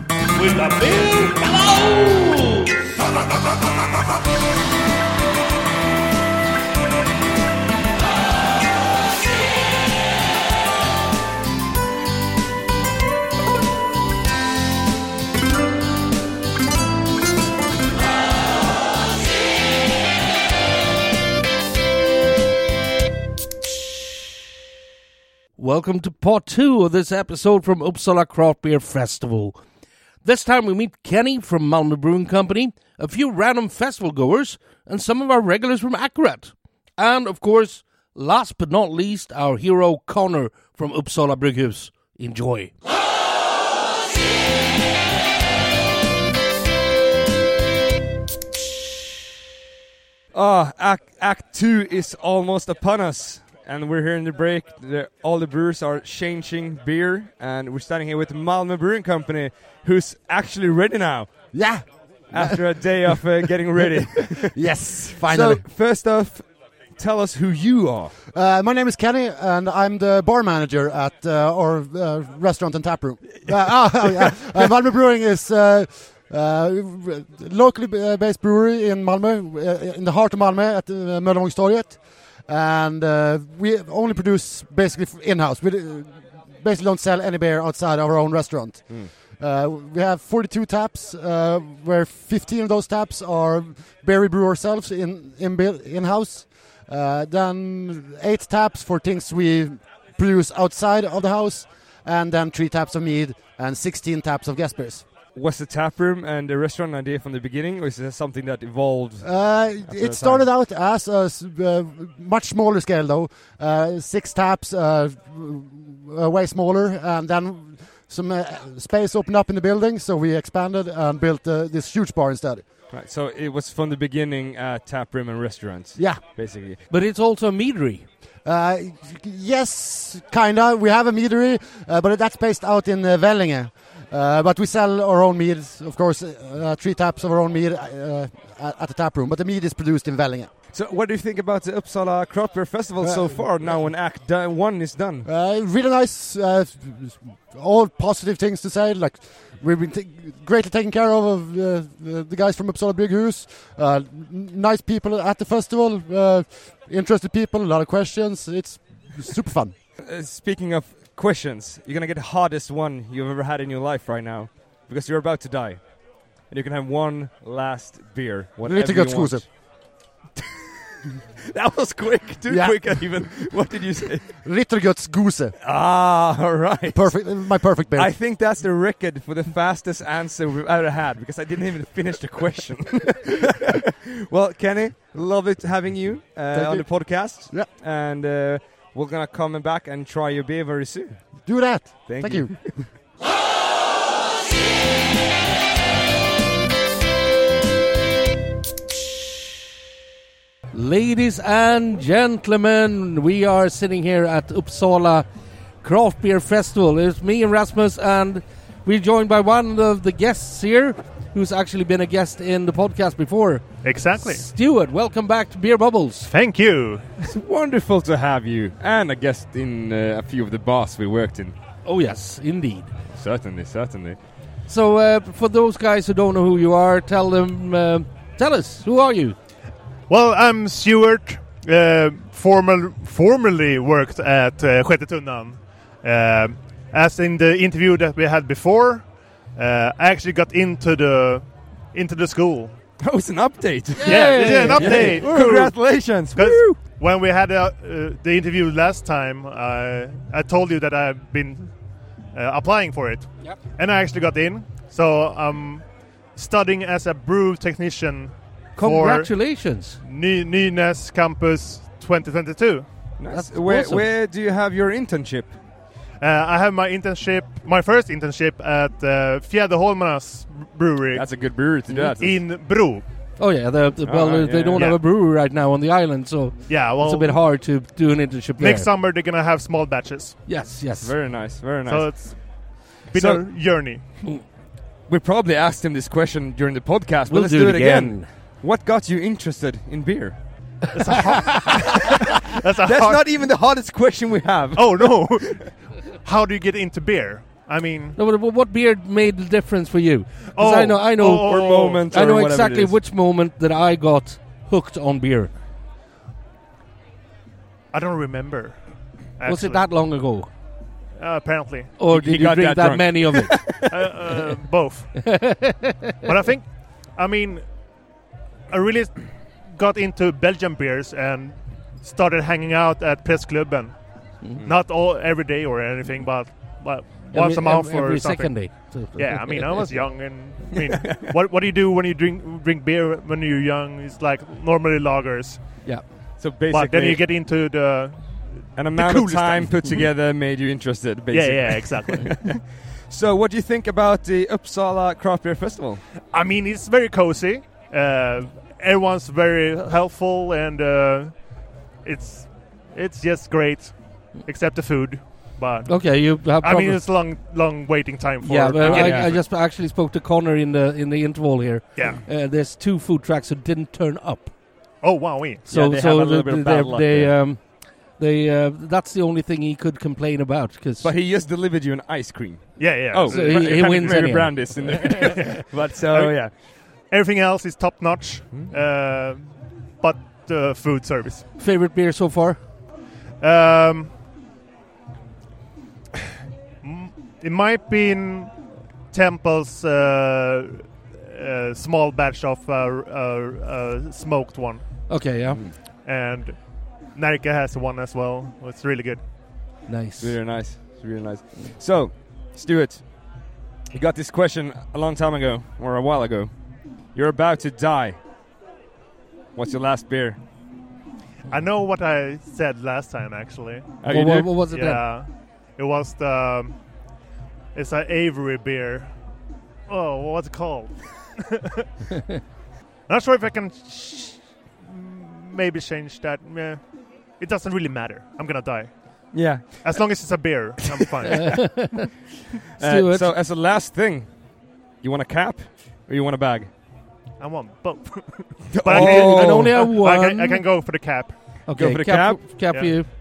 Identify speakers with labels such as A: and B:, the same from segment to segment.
A: a big hello.
B: Welcome to part two of this episode from Uppsala Craft Beer Festival. This time we meet Kenny from Malmö Brewing Company, a few random festival goers, and some of our regulars from Akarat. And of course, last but not least, our hero Connor from Uppsala Brygghus. Enjoy.
C: Ah, act, act two is almost upon us, and we're here in the break. The, all the brewers are changing beer, and we're standing here with Malmö Brewing Company, who's actually ready now
D: Yeah.
C: after a day of uh, getting ready.
D: Yes.
C: so,
D: Finally.
C: first off, tell us who you are.
D: uh, my name is Kenny, and I'm the bar manager at uh, our uh, restaurant and tap room. Uh, ah, oh, yeah. uh, Malmö Brewing is. Uh, uh, r- locally b- uh, based brewery in Malmö, uh, in the heart of Malmö at uh, Möllevångstorget, and uh, we only produce basically in house. We d- basically don't sell any beer outside our own restaurant.
C: Hmm.
D: Uh, we have 42 taps, uh, where 15 of those taps are beer we brew ourselves in in buil- in house. Uh, then eight taps for things we produce outside of the house, and then three taps of mead and 16 taps of gas beers.
C: Was the tap room and the restaurant an idea from the beginning, or is this something that evolved?
D: Uh,
C: After the
D: it started out as a s- uh, much smaller scale, though. Uh, six taps, uh, uh, way smaller, and then some uh, space opened up in the building, so we expanded and built uh, this huge bar instead.
C: Right, so it was from the beginning uh, tap room and restaurants,
D: Yeah.
C: basically.
B: But it's also a meadery.
D: Uh, yes, kinda. We have a meadery, uh, but that's based out in uh, Vellinge. Uh, but we sell our own mead, of course, uh, three taps of our own mead uh, at at the tap room. But the mead is produced in Vellinge.
C: So, what do you think about the Uppsala Craft Beer Festival so
D: Uh,
C: far? Now, when Act di- One is done,
D: Uh, really nice. Uh, all positive things to say. Like we've been t- greatly taken care of of uh, the, the guys from Uppsala Big Hus. Uh, n- nice people at the festival. Uh, interested people. A lot of questions. It's super fun.
C: Uh, speaking of questions, you're gonna get the hardest one you've ever had in your life right now, because you're about to die, and you can have one last beer. Whatever you
D: Riktigt gott,
C: want.
D: Skuse.
C: that was quick, too
D: Yeah.
C: quick. Even what did you say?
D: Ritterguts Guse.
C: Ah, all right.
D: Perfect. My perfect beer.
C: I think that's the record for the fastest answer we've ever had because I didn't even finish the question. well, Kenny, love it having you uh,
D: Thank
C: on
D: you.
C: the podcast.
D: Yeah.
C: And uh, we're gonna come back and try your beer very soon.
D: Do that.
C: Thank
D: Thank
C: you.
D: you.
B: Ladies and gentlemen, we are sitting here at Uppsala Craft Beer Festival. It's me and Rasmus, and we're joined by one of the guests here who's actually been a guest in the podcast before.
E: Exactly.
B: Stuart, welcome back to Beer Bubbles.
E: Thank you.
C: It's wonderful to have you, and I guess in uh, a few of the bars we worked in.
B: Oh, yes, indeed.
C: Certainly, certainly.
B: So, uh, for those guys who don't know who you are, tell them, uh, tell us, who are you?
E: Well, I'm Stuart. Uh, formal, formerly worked at uh, Sjätte Tunnan. Uh, as in the interview that we had before, uh, I actually got into the into the school.
C: That was Oh, an update.
E: Yeah, it's an update. Woo.
C: Congratulations.
E: 'Cause
C: Woo.
E: when we had uh, uh, the interview last time, I I told you that I've been uh, applying for it,
B: Yep.
E: and I actually got in. So um, I'm studying as a brew technician for
B: Congratulations.
E: Ny- Nynäs Campus 2022.
C: Nice.
B: That's
C: Where,
B: awesome.
C: where do you have your internship?
E: Uh, I have my internship, my first internship at uh, Fjäderholmarnas Brewery
C: a good brewery to do that.
E: in Bro.
B: Oh, yeah, the, the, well,
C: Ah,
B: uh, they
C: yeah,
B: don't
E: yeah.
B: have a brewery right now on the island, so
E: Yeah, well,
B: it's a bit hard to do an internship there.
E: next summer they're gonna have small batches,
B: Yes, yes.
C: Very nice, very nice.
E: so it's been
C: So-
E: a journey.
C: we probably asked him this question during the podcast, but
B: We'll
C: let's
B: do
C: do,
B: it
C: it again.
B: again.
C: What got you interested in beer?
E: That's, a
C: That's
E: hard-
C: not even the hardest question we have.
E: Oh no! How do you get into beer? I mean, Oh,
B: No, but what beer made the difference for you? 'Cause I know, I know,
C: Or moment.
B: I
C: or
B: know
C: whatever it
B: exactly
C: is.
B: which moment that I got hooked on beer.
E: I don't remember.
B: Was
E: actually.
B: it that long ago,
E: Uh, apparently,
B: or
C: He-
B: did
C: he
B: you
C: got
B: drink
C: that
B: that
C: drunk.
B: many of it?
E: uh, uh, both. but I think, I mean, I really got into Belgian beers and started hanging out at Pressklubben. Not all every day or anything, but but once
B: Mm-hmm. Every-
E: a month
B: every,
E: or
B: every
E: something.
B: second day. So-
E: Yeah, I mean, I was young, and I mean, what what do you do when you drink drink beer when you're young? It's like normally lagers,
B: yeah.
C: So basically,
E: but then you get into the
C: an amount of
E: coolest
C: time
E: stuff.
C: put together made you interested. Basically.
E: yeah, yeah, exactly.
C: So what do you think about the Uppsala Craft Beer Festival?
E: I mean, it's very cozy. Uh, everyone's very helpful, and uh, it's it's just great, except the food. But
B: Okay, you have.
E: I mean,
B: problems.
E: it's long long waiting time for.
B: yeah, but
E: getting
B: I, I
E: food.
B: just actually spoke to Connor in the in the interval here.
E: yeah.
B: Uh, there's two food tracks who didn't turn up.
E: Oh wow, we.
B: So
C: Yeah, they
B: so
C: have a little
B: the-
C: bit of
B: they-
C: bad luck
B: they
C: there.
B: um they uh, that's the only thing he could complain about because
C: But he just delivered you an ice cream.
E: Yeah, yeah.
C: Oh,
B: So he- he
C: kind of
B: wins
C: maybe
B: anyhow. uh,
C: brand this in there. but so
E: Okay.
C: yeah,
E: everything else is top notch,
B: Hmm.
E: uh, but the food service.
B: favorite beer so far.
E: Um, m- it might be in Temple's uh, uh, small batch of uh, uh, uh, smoked one,
B: Okay, yeah,
E: and Narika has one as well. It's really good.
B: nice.
C: really nice, really nice. So, Stuart, you got this question a long time ago or a while ago. You're about to die. What's your last beer?
E: I know what I said last time actually.
C: Oh,
B: Wha-
C: you
B: wha-
C: do?
B: what, was it then?
E: Yeah, it was the um, it's an Avery beer. Oh, what's it called? Not sure if I can sh- maybe change that. Yeah. It doesn't really matter. I'm gonna die
C: Yeah.
E: as long as it's a beer. I'm fine.
C: Uh,
B: Stuart.
C: so, as a last thing, you want a cap or you want a bag?
E: I want both, but I,
B: You
C: Oh.
E: can,
B: can only have
E: I,
B: one.
E: can, I can go for the cap.
B: Okay,
C: for the
B: Cap, cap
E: Yeah.
B: for you.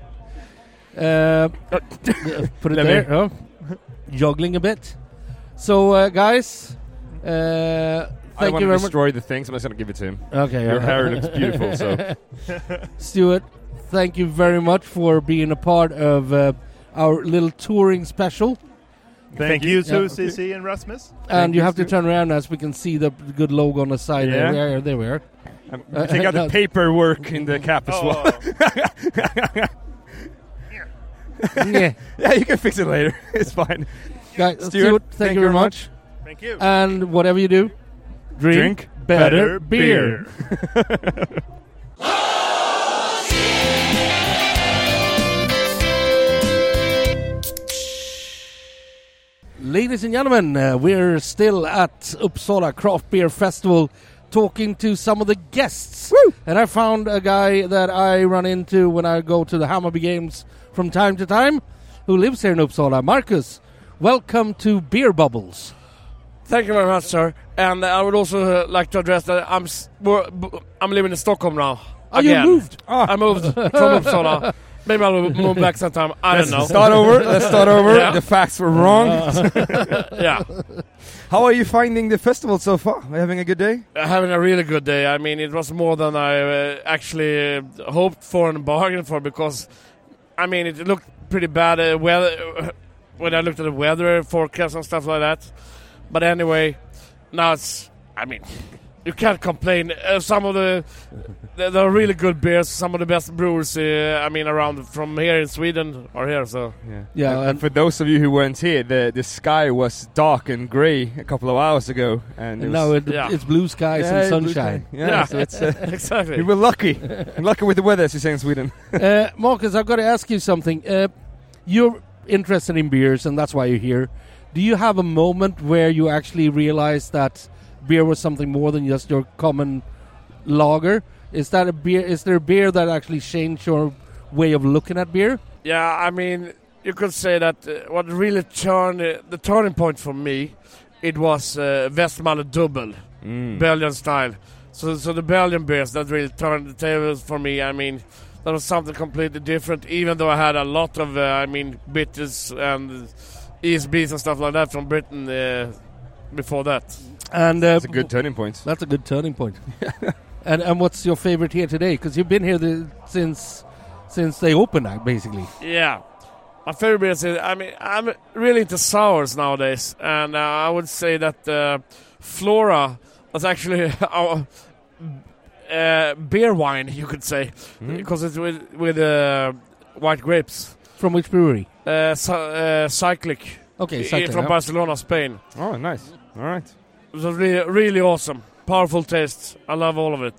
B: Uh, put it
C: Let
B: there.
C: me-
B: huh? Juggling a bit. So, uh, guys, uh,
C: I
B: thank
C: want to
B: you very much.
C: destroy the thing, so I'm just gonna give it to him.
B: Okay,
C: Your
B: yeah.
C: hair looks beautiful, so
B: Stuart, thank you very much for being a part of uh, our little touring special.
E: Thank, you,
B: you.
E: to
B: Yeah.
E: CC and Rasmus.
B: and you
C: you,
B: have to
C: Stuart.
B: turn around as we can see the good logo on the side.
C: Yeah.
B: There, we are, there we are.
C: um, take out
B: no.
C: the paperwork in the cap
E: Oh.
F: Oh.
C: as well.
B: yeah.
C: yeah, you can fix it later. It's fine.
B: Guys, Stuart, thank, you very much.
E: Thank you.
B: And whatever you do, drink,
C: Drink
B: better, beer. Ladies and gentlemen, uh, we're still at Uppsala Craft Beer Festival talking to some of the guests. And I found a guy that I run into when I go to the Hammarby Games from time to time who lives here in Uppsala. Marcus, welcome to Beer Bubbles.
F: Thank you very much, sir. And uh, I would also uh, like to address that I'm s- we're- b- I'm living in Stockholm now.
B: Oh, you
F: Again.
B: moved.
C: Ah.
F: I moved from Uppsala. Maybe I'll move back sometime. I don't know.
C: Start over. Let's start over.
F: Yeah.
C: The facts were wrong.
B: Uh,
F: Yeah,
C: How are you finding the festival so far? Are you having a good day?
F: having a really good day. I mean, it was more than I uh, actually uh, hoped for and bargained for because, I mean, it looked pretty bad uh, weather when I looked at the weather forecast and stuff like that. But anyway, now it's. I mean, you can't complain. Uh, some of the There there are really good beers. Some of the best brewers, uh, I mean, around from here in Sweden are here. So
B: Yeah,
C: And,
B: and-
C: and for those of you who weren't here, the the sky was dark and grey a couple of hours ago, and,
B: And
C: it
B: now
C: was,
B: it,
F: Yeah.
B: it's blue skies
C: Yeah,
B: and
C: it was-
B: sunshine.
C: Yeah,
F: Yeah.
C: so it's uh,
F: exactly.
C: we were lucky, lucky with the weather, as you say in Sweden.
B: uh, Marcus, I've got to ask you something. Uh, you're interested in beers, and that's why you're here. Do you have a moment where you actually realize that beer was something more than just your common lager? Is that a beer? Is there a beer that actually changed your way of looking at beer?
F: Yeah, I mean, you could say that uh, what really turned uh, the turning point for me, it was uh, Westmalle Double, Belgian style. So, so the Belgian beers that really turned the tables for me. I mean, that was something completely different. Even though I had a lot of, uh, I mean, bitters and ESBs and stuff like that from Britain uh, before that.
B: And uh,
C: It's a good turning point.
B: That's a good turning point. and and what's your favorite here today? Because you've been here the, since since they opened, uh, basically.
F: Yeah. My favorite beer is, I mean, I'm really into sours nowadays, and uh, I would say that uh, Flora was actually our uh, beer wine, you could say,
C: Hmm?
F: because it's with, with uh, white grapes.
B: From which brewery?
F: Uh, cy- uh, cyclic,
B: Okay,
F: i-
B: Cycling,
F: from
B: yeah.
F: Barcelona, Spain.
C: Oh, nice. All right.
F: It was really, really awesome. Powerful taste. I love all of it.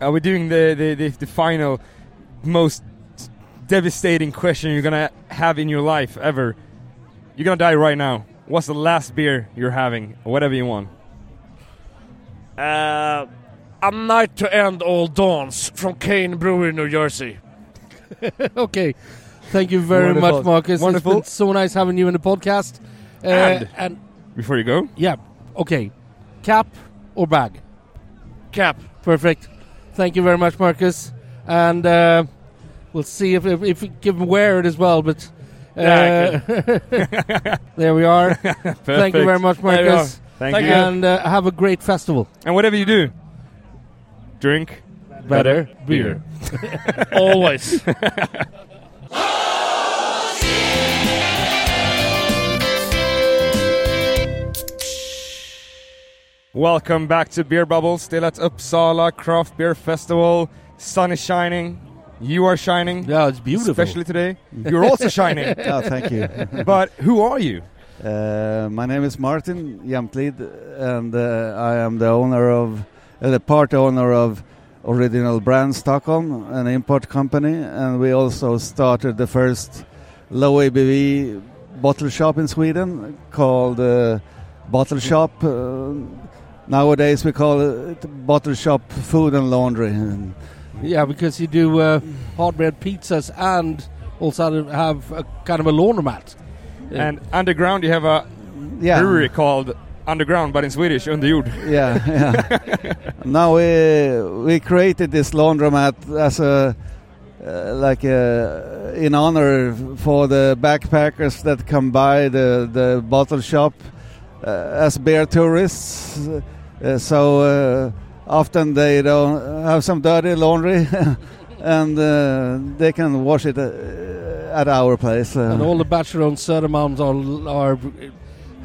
C: Are we doing the, the, the, the final, most devastating question you're gonna have in your life ever? You're gonna die right now. What's the last beer you're having? Whatever you want.
F: Uh, a night to end all dawns from Kane Brewery, New Jersey.
B: okay, thank you very
C: Wonderful.
B: much, Marcus.
C: Wonderful.
B: It's been so nice having you in the podcast. Uh,
C: And-
B: and
C: Before you go,
B: yeah, okay, cap or bag?
F: Cap.
B: Perfect. Thank you very much, Marcus. And uh, we'll see if if, if we can wear it as well. But uh,
F: Yeah,
B: there we are. Thank you very much,
F: There we are.
B: Marcus.
C: Thank,
F: Thank
C: you.
F: you.
B: And uh, have a great festival.
C: And whatever you do, drink
B: Better
C: beer.
F: Always.
C: Welcome back to Beer Bubble, still at Uppsala Craft Beer Festival. Sun is shining. You are shining.
B: Yeah, it's beautiful.
C: Especially today. You're also shining.
G: Oh, thank you.
C: But who are you?
G: Uh, my name is Martin Jamtlid, and uh, I am the owner of, uh, the part owner of Original Brand Stockholm, an import company, and we also started the first low ABV bottle shop in Sweden called uh, Bottle Shop. Uh, nowadays we call it Bottle Shop Food and Laundry. And
B: Yeah, because you do uh, hard bread pizzas and also have a kind of a laundromat. Yeah.
C: And underground, you have a
G: yeah,
C: brewery called Underground, but in Swedish, Underjord.
G: yeah, yeah. now we we created this laundromat as a uh, like a in honor for the backpackers that come by the the bottle shop uh, as beer tourists. Uh, so uh, often they don't have some dirty laundry. And uh, they can wash it uh, at our place.
B: And
G: Uh,
B: all the bachelor on Södermalms are, are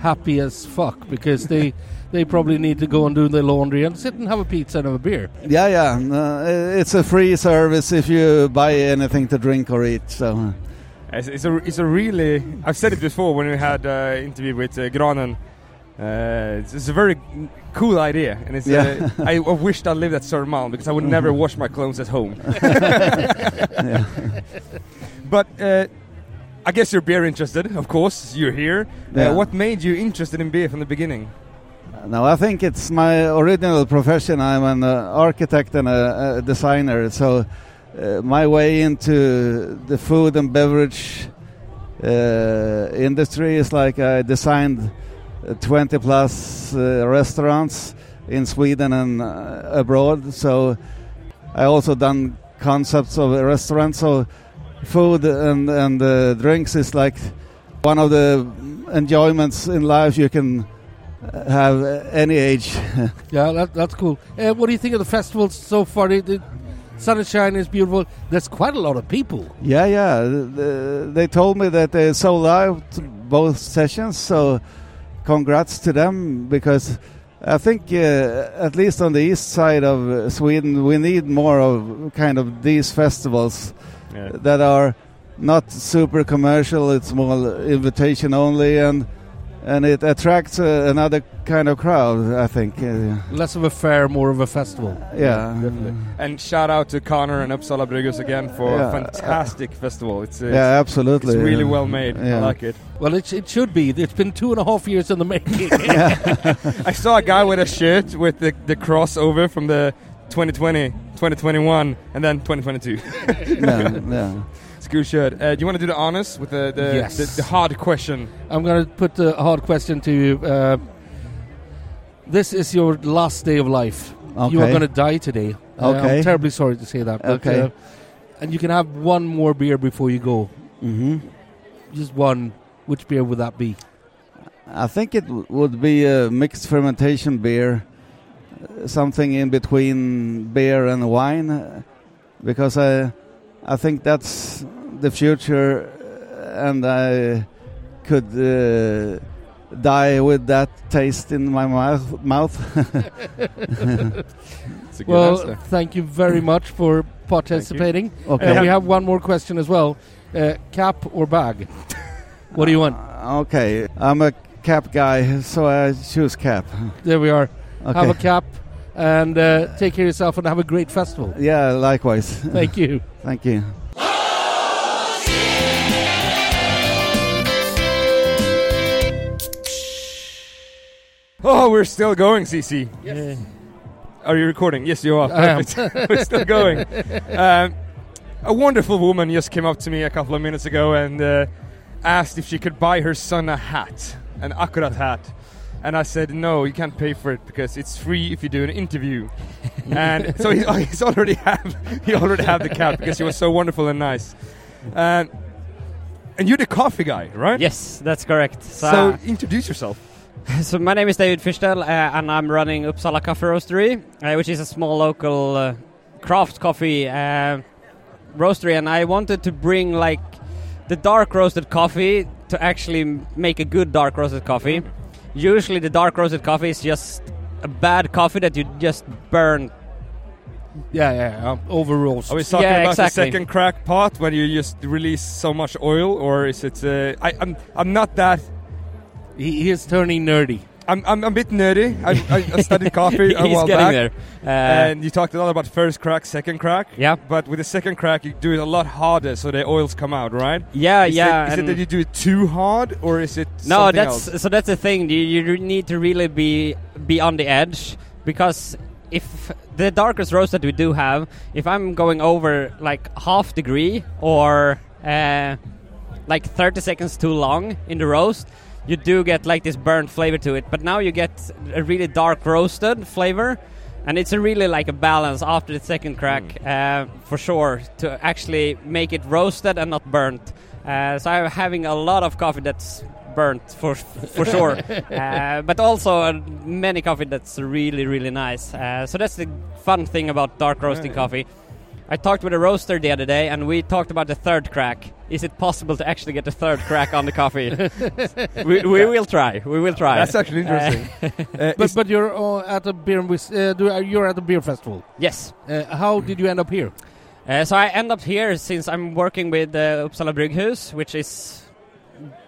B: happy as fuck because they they probably need to go and do their laundry and sit and have a pizza and have a beer.
G: yeah, yeah. Uh, it's a free service if you buy anything to drink or eat. So. uh,
C: It's, it's a it's a really I've said it before when we had uh, interview with uh, Granen. Uh, it's, it's a very cool idea, and it's
G: Yeah. Mm-hmm.
C: uh, I, I wished I lived at Sörmalm because I would never wash my clothes at home. But uh, I guess you're beer interested, of course. You're here.
G: Yeah.
C: Uh, what made you interested in beer from the beginning?
G: No, I think it's my original profession. I'm an uh, architect and a, a designer, so uh, my way into the food and beverage uh, industry is like I designed uh, 20 plus uh, restaurants in Sweden and uh, abroad. So I also done concepts of restaurants. So food and and uh, drinks is like one of the enjoyments in life you can have uh, any age.
B: Yeah, that, that's cool. Uh, what do you think of the festival so far? The, the sunshine is beautiful. There's quite a lot of people.
G: yeah, yeah. The- They told me that they sold out both sessions, so congrats to them because I think, uh, at least on the east side of uh, Sweden, we need more of kind of these festivals that are not super commercial. It's more invitation only and. And it attracts uh, another kind of crowd, I think. Uh,
B: Less of a fair, more of a festival.
G: yeah.
C: And shout out to Connor and Uppsala Brygghus again for
G: Yeah,
C: a
G: uh,
C: fantastic festival. It's, uh,
G: yeah,
C: it's
G: absolutely.
C: really
G: Yeah.
C: well made. I
G: Yeah.
C: like it.
B: Well, it, it should be. It's been two and a half years in the making.
C: I saw a guy with a shirt with the, the crossover from the 2020, 2021, and then 2022.
G: yeah, yeah.
C: it's a cool shirt. Uh, do you want to do the honors with the the,
B: Yes.
C: the, the hard question?
B: I'm going to put a hard question to you. Uh, this is your last day of life. You are
G: Okay.
B: going to die today. Uh, I'm
G: Okay.
B: terribly sorry to say that. But,
G: Okay.
B: uh, and you can have one more beer before you go.
G: Mm-hmm.
B: Just one. Which beer would that be?
G: I think it w- would be a mixed fermentation beer, uh, something in between beer and wine, uh, because I, I think that's the future, uh, and I could uh, die with that taste in my mouth. mouth.
C: It's a good
B: Well,
C: answer.
B: thank you very much for participating.
G: okay.
B: Uh, we have one more question as well. Uh, cap or bag? What do you want?
G: Uh, okay, I'm a cap guy, so I choose cap.
B: There we are.
G: Okay.
B: Have a cap and uh, take care of yourself and have a great festival.
G: yeah, likewise.
B: Thank you.
G: Thank you.
C: Oh, we're still going, CC. Are you recording? Yes, you are.
B: I am.
C: Perfect. we're still going. Um, a wonderful woman just came up to me a couple of minutes ago and uh, asked if she could buy her son a hat, an Akurat hat. And I said, no, you can't pay for it because it's free if you do an interview. and so he's, he's already have he already have the cap because he was so wonderful and nice. Um, and you're the coffee guy, right?
H: Yes, that's correct.
C: So
H: So,
C: introduce yourself.
H: so my name is David Fischdal, uh, and I'm running Uppsala Coffee Roastery, uh, which is a small local uh, craft coffee uh, roastery. And I wanted to bring like the dark roasted coffee to actually m- make a good dark roasted coffee.
C: Mm-hmm.
H: Usually, the dark roasted coffee is just a bad coffee that you just burn
B: Yeah, yeah. Um, overall,
C: Are we talking
H: Yeah,
C: about
H: exactly.
C: the second crack pot when you just release so much oil, or is it? Uh, I, I'm I'm not that.
B: he, he is turning nerdy.
C: I'm I'm a bit nerdy. I, I, I studied coffee a
H: He's
C: while
H: getting
C: back,
H: there. Uh,
C: and you talked a lot about first crack, second crack.
H: Yeah.
C: But with the second crack, you do it a lot harder, so the oils come out, right?
H: yeah,
C: Is
H: yeah.
C: It, is it
H: and-
C: that you do it too hard, or is it?
H: No,
C: something
H: that's
C: else?
H: so. That's the thing. You, you re- need to really be be on the edge because if the darkest roast that we do have, if I'm going over like half degree or uh, like 30 seconds too long in the roast, you do get like this burnt flavor to it. But now you get a really dark roasted flavor. And it's a really like a balance after the second crack,
C: Mm.
H: uh, for sure, to actually make it roasted and not burnt. Uh, so I'm having a lot of coffee that's burnt for for sure, uh, but also uh, many coffee that's really really nice. Uh, so that's the fun thing about dark roasting coffee. I talked with a roaster the other day, and we talked about the third crack. Is it possible to actually get the third crack on the coffee? we we will try. We will try.
C: that's actually interesting. Uh,
B: But
C: is-
B: but you're uh, at a beer and whis- uh, do- uh, you're at a beer festival.
H: yes.
B: Uh, how did you end up here?
H: Uh, so I end up here since I'm working with uh, Uppsala Brygghus, which is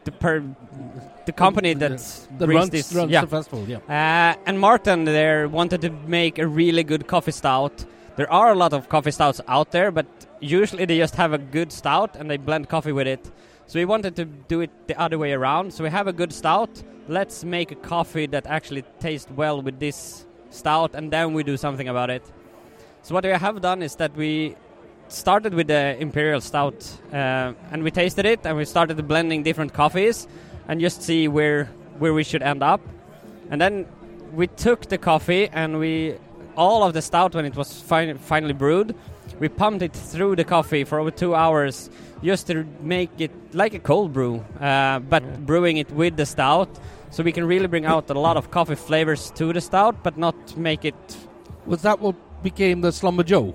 H: the per- the company that,
B: The
H: brings
B: runs,
H: this.
B: runs
H: yeah.
B: the festival. Yeah.
H: Uh, and Martin there wanted to make a really good coffee stout. There are a lot of coffee stouts out there, but usually they just have a good stout and they blend coffee with it. So we wanted to do it the other way around. So we have a good stout. Let's make a coffee that actually tastes well with this stout, and then we do something about it. So what we have done is that we started with the imperial stout, uh, and we tasted it, and we started blending different coffees, and just see where where we should end up. And then we took the coffee and we all of the stout when it was fin- finally brewed, we pumped it through the coffee for over two hours just to make it like a cold brew, uh, but brewing it with the stout. So we can really bring out a lot of coffee flavors to the stout, but not make it
B: Was that what became the Slumber Joe?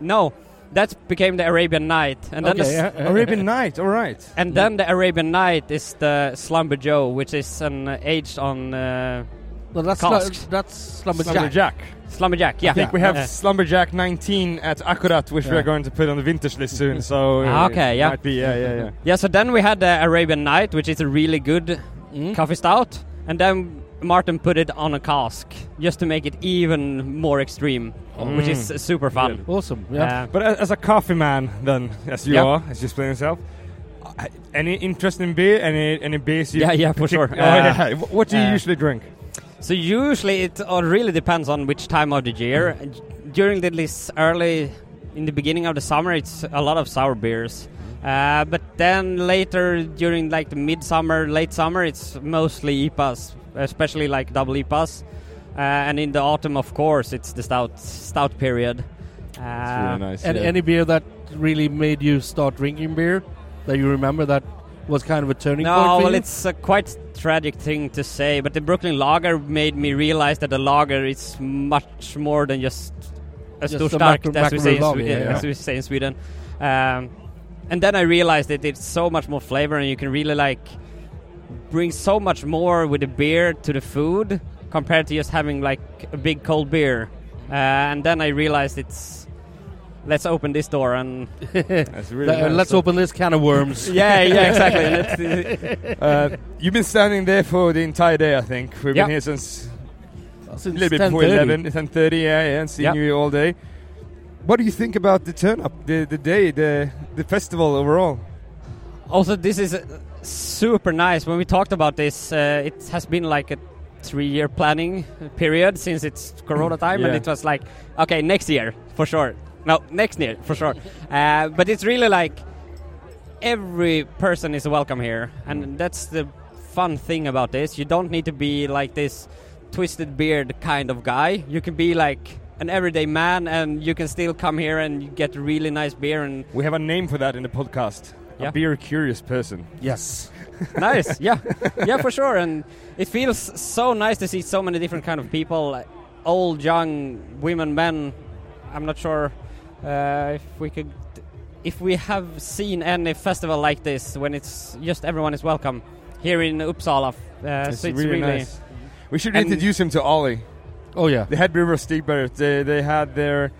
H: no, that became the Arabian Night, and then the, s-
C: Arabian Night. All right.
H: and then the Arabian Night is the Slumber Joe, which is an uh, aged on uh,
B: Well, that's
H: Casks.
B: slu- that's Slumber
C: Slumberjack.
B: Jack.
H: Slumber Jack. Yeah,
C: I think we have
H: Uh,
C: Slumberjack 19 at Akurat, which we
B: Yeah.
C: are going to put on the vintage list soon. So uh,
H: Ah, okay,
C: it
H: yeah.
C: might be, yeah, yeah, yeah.
H: yeah, so then we had the Arabian Night, which is a really good mm, coffee stout, and then Martin put it on a cask just to make it even more extreme,
C: Mm.
H: which is uh, super fun.
B: Mm. Awesome. Yeah.
H: Uh,
C: But a- as a coffee man, then as you
H: Yeah.
C: are, as you explain yourself, uh, any interest in beer? Any any beers? You
H: Yeah, yeah, for
C: partic-
H: sure.
C: Oh,
H: Uh,
C: yeah. Wh- What do you
H: uh,
C: usually drink?
H: So usually it all really depends on which time of the year. During the, this early, in the beginning of the summer, it's a lot of sour beers. Uh, but then later, during like the midsummer, late summer, it's mostly IPAs, especially like double IPAs. Uh, and in the autumn, of course, it's the stout stout period. Uh,
B: Ah, And any beer that really made you start drinking beer that you remember that was kind of a turning point.
H: No,
B: for
H: well,
B: you?
H: it's a quite tragic thing to say, but the Brooklyn Lager made me realize that the lager is much more than just a
B: Just
H: stor
B: a
H: stark,
B: macro-
H: as, we say in
B: macro
H: Swe-
B: lager, yeah.
H: as we say in Sweden. Um, and then I realized that it's so much more flavor, and you can really like bring so much more with the beer to the food compared to just having like a big cold beer. Uh, and then I realized it's let's open this door and
C: That's really
B: Uh,
C: nice.
B: let's open this can of worms.
H: yeah, yeah, exactly. Let's-
C: Uh, you've been standing there for the entire day, I think. We've
H: Yeah.
C: been here since
B: Since
C: a little bit before
B: 10:30.
C: 11, 10.30 yeah, yeah, and seeing
H: Yeah.
C: you all day. What do you think about the turn up, the, the day, the, the festival overall?
H: Also, this is uh, super nice. When we talked about this, uh, it has been like a three-year planning period since it's Corona time, and
C: Yeah.
H: it was like, okay, next year for sure. No, next year for sure. Uh, but it's really like every person is welcome here,
C: Mm.
H: and that's the fun thing about this. You don't need to be like this twisted beard kind of guy. You can be like an everyday man, and you can still come here and get really nice beer and
C: We have a name for that in the podcast.
H: Yeah.
C: A beer curious person.
B: Yes.
H: nice yeah yeah for sure and it feels so nice to see so many different kind of people like old young women men i'm not sure uh, if we could if we have seen any festival like this when it's just everyone is welcome here in uppsala uh, so it's really,
C: nice. We should
H: And-
C: introduce him to Ollie.
B: Oh yeah.
C: They had Brewer Stigbert. They, they had their.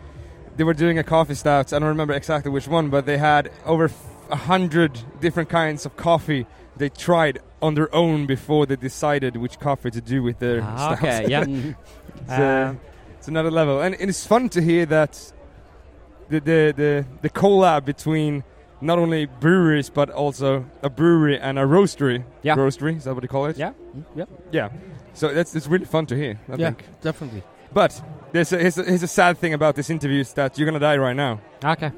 C: They were doing a coffee stout. I don't remember exactly which one, but they had over f- a hundred different kinds of coffee they tried on their own before they decided which coffee to do with their
H: Ah,
C: stouts.
H: okay yeah
C: it's, uh,
H: Um,
C: it's another level. And it is fun to hear that the, the, the, the collab between not only breweries, but also a brewery and a roastery.
H: Yeah.
C: Roastery, is that what they call it?
H: Yeah. Yep.
C: Yeah. So that's it's really fun to hear, I
B: yeah.
C: think.
B: Definitely.
C: But there's a, here's, a, here's a sad thing about this interview is that you're gonna die right now.
H: okay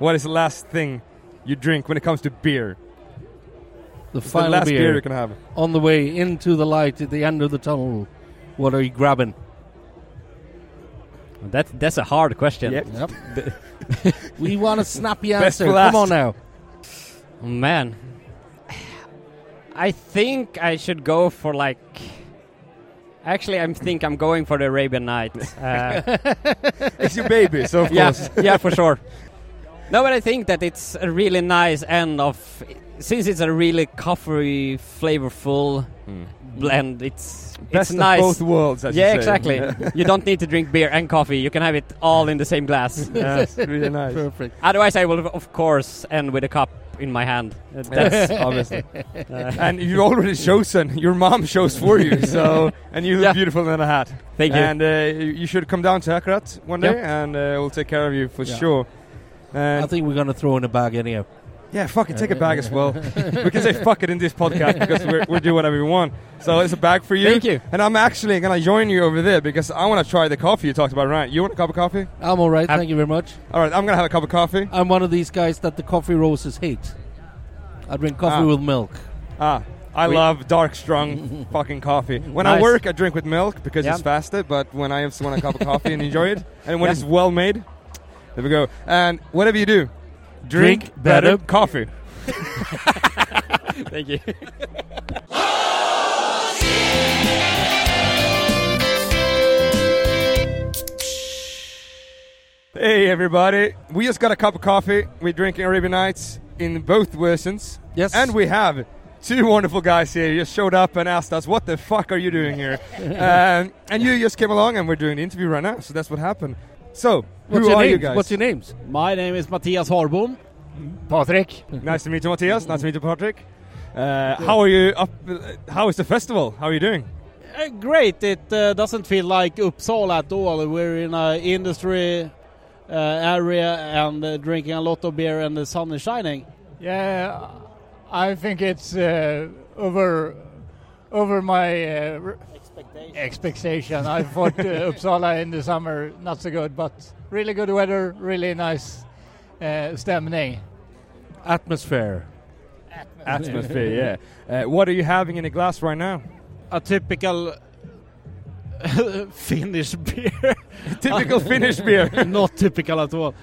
C: What is the last thing you drink when it comes to beer?
B: The
C: It's
B: final
C: the last
B: beer,
C: you can have.
B: on the way into the light at the end of the tunnel. What are you grabbing?
H: that, that's a hard question
C: Yep.
B: Yep. we want a snappy
C: Best
B: answer.
C: for last.
B: Come on now.
H: Oh, Man, I think I should go for like. Actually, I think I'm going for the Arabian Night. Uh,
C: It's your baby, so of
H: yeah,
C: course.
H: yeah, for sure. No, but I think that it's a really nice end of, since it's a really coffee flavorful blend. It's
C: Hmm. Best
H: it's
C: of
H: nice.
C: both worlds, as you
H: yeah,
C: say.
H: exactly. you don't need to drink beer and coffee. You can have it all in the same glass.
C: Yes, really nice.
B: Perfect.
H: Otherwise, I will of course end with a cup in my hand. Uh, That's
C: obviously. and you've already chosen. Your mom chose for you. So, and you look
H: Yeah.
C: beautiful in a hat.
H: thank you.
C: And uh, you you should come down to Akrat one day,
H: Yep.
C: and uh, we'll take care of you for
B: Yeah.
C: sure. And
B: I think we're going to throw in a bag anyhow.
C: Yeah, fuck it. Take a bag as well. we can say fuck it in this podcast because we're, we do whatever we want. So it's a bag for you.
H: Thank you.
C: And I'm actually gonna join you over there because I want to try the coffee you talked about, Ryan. You want a cup of coffee?
B: I'm all right.
H: I'm-
B: thank you very much.
C: All right, I'm gonna have a cup of coffee.
B: I'm one of these guys that the coffee roses hate. I drink coffee
C: Ah.
B: with milk.
C: Ah, I
H: We-
C: love dark, strong fucking coffee. When I
H: Nice.
C: work, I drink with milk because
H: Yeah.
C: it's faster. But when I just want a cup of coffee and enjoy it, and when
H: Yeah.
C: it's well made, there we go. And whatever you do,
B: Drink better
C: coffee.
H: Thank you.
C: Hey everybody, we just got a cup of coffee. We're drinking Arabian Nights in both versions.
B: Yes.
C: And we have two wonderful guys here. You just showed up and asked us, "What the fuck are you doing here?" um, and you just came along, and we're doing the interview right now. So that's what happened. So
B: What's
C: who
B: your
C: are
B: names?
C: you guys?
B: What's your names?
I: My name is Matthias Harbom.
E: Patrik.
C: nice to meet you, Matthias. Nice to meet you, Patrick. Uh, how are you? Up, how is the festival? How are you doing?
I: Uh, great. It uh, doesn't feel like Uppsala at all. We're in an industry uh, area and uh, drinking a lot of beer, and the sun is shining.
J: Yeah, I think it's uh, over over my uh, r- expectation. I thought uh, Uppsala in the summer not so good, but really good weather, really nice uh, stämning.
B: Atmosphere.
C: Atmosphere. Yeah. Uh, what are you having in a glass right now?
I: A typical Finnish beer,
C: Typical Finnish beer.
I: not typical at all.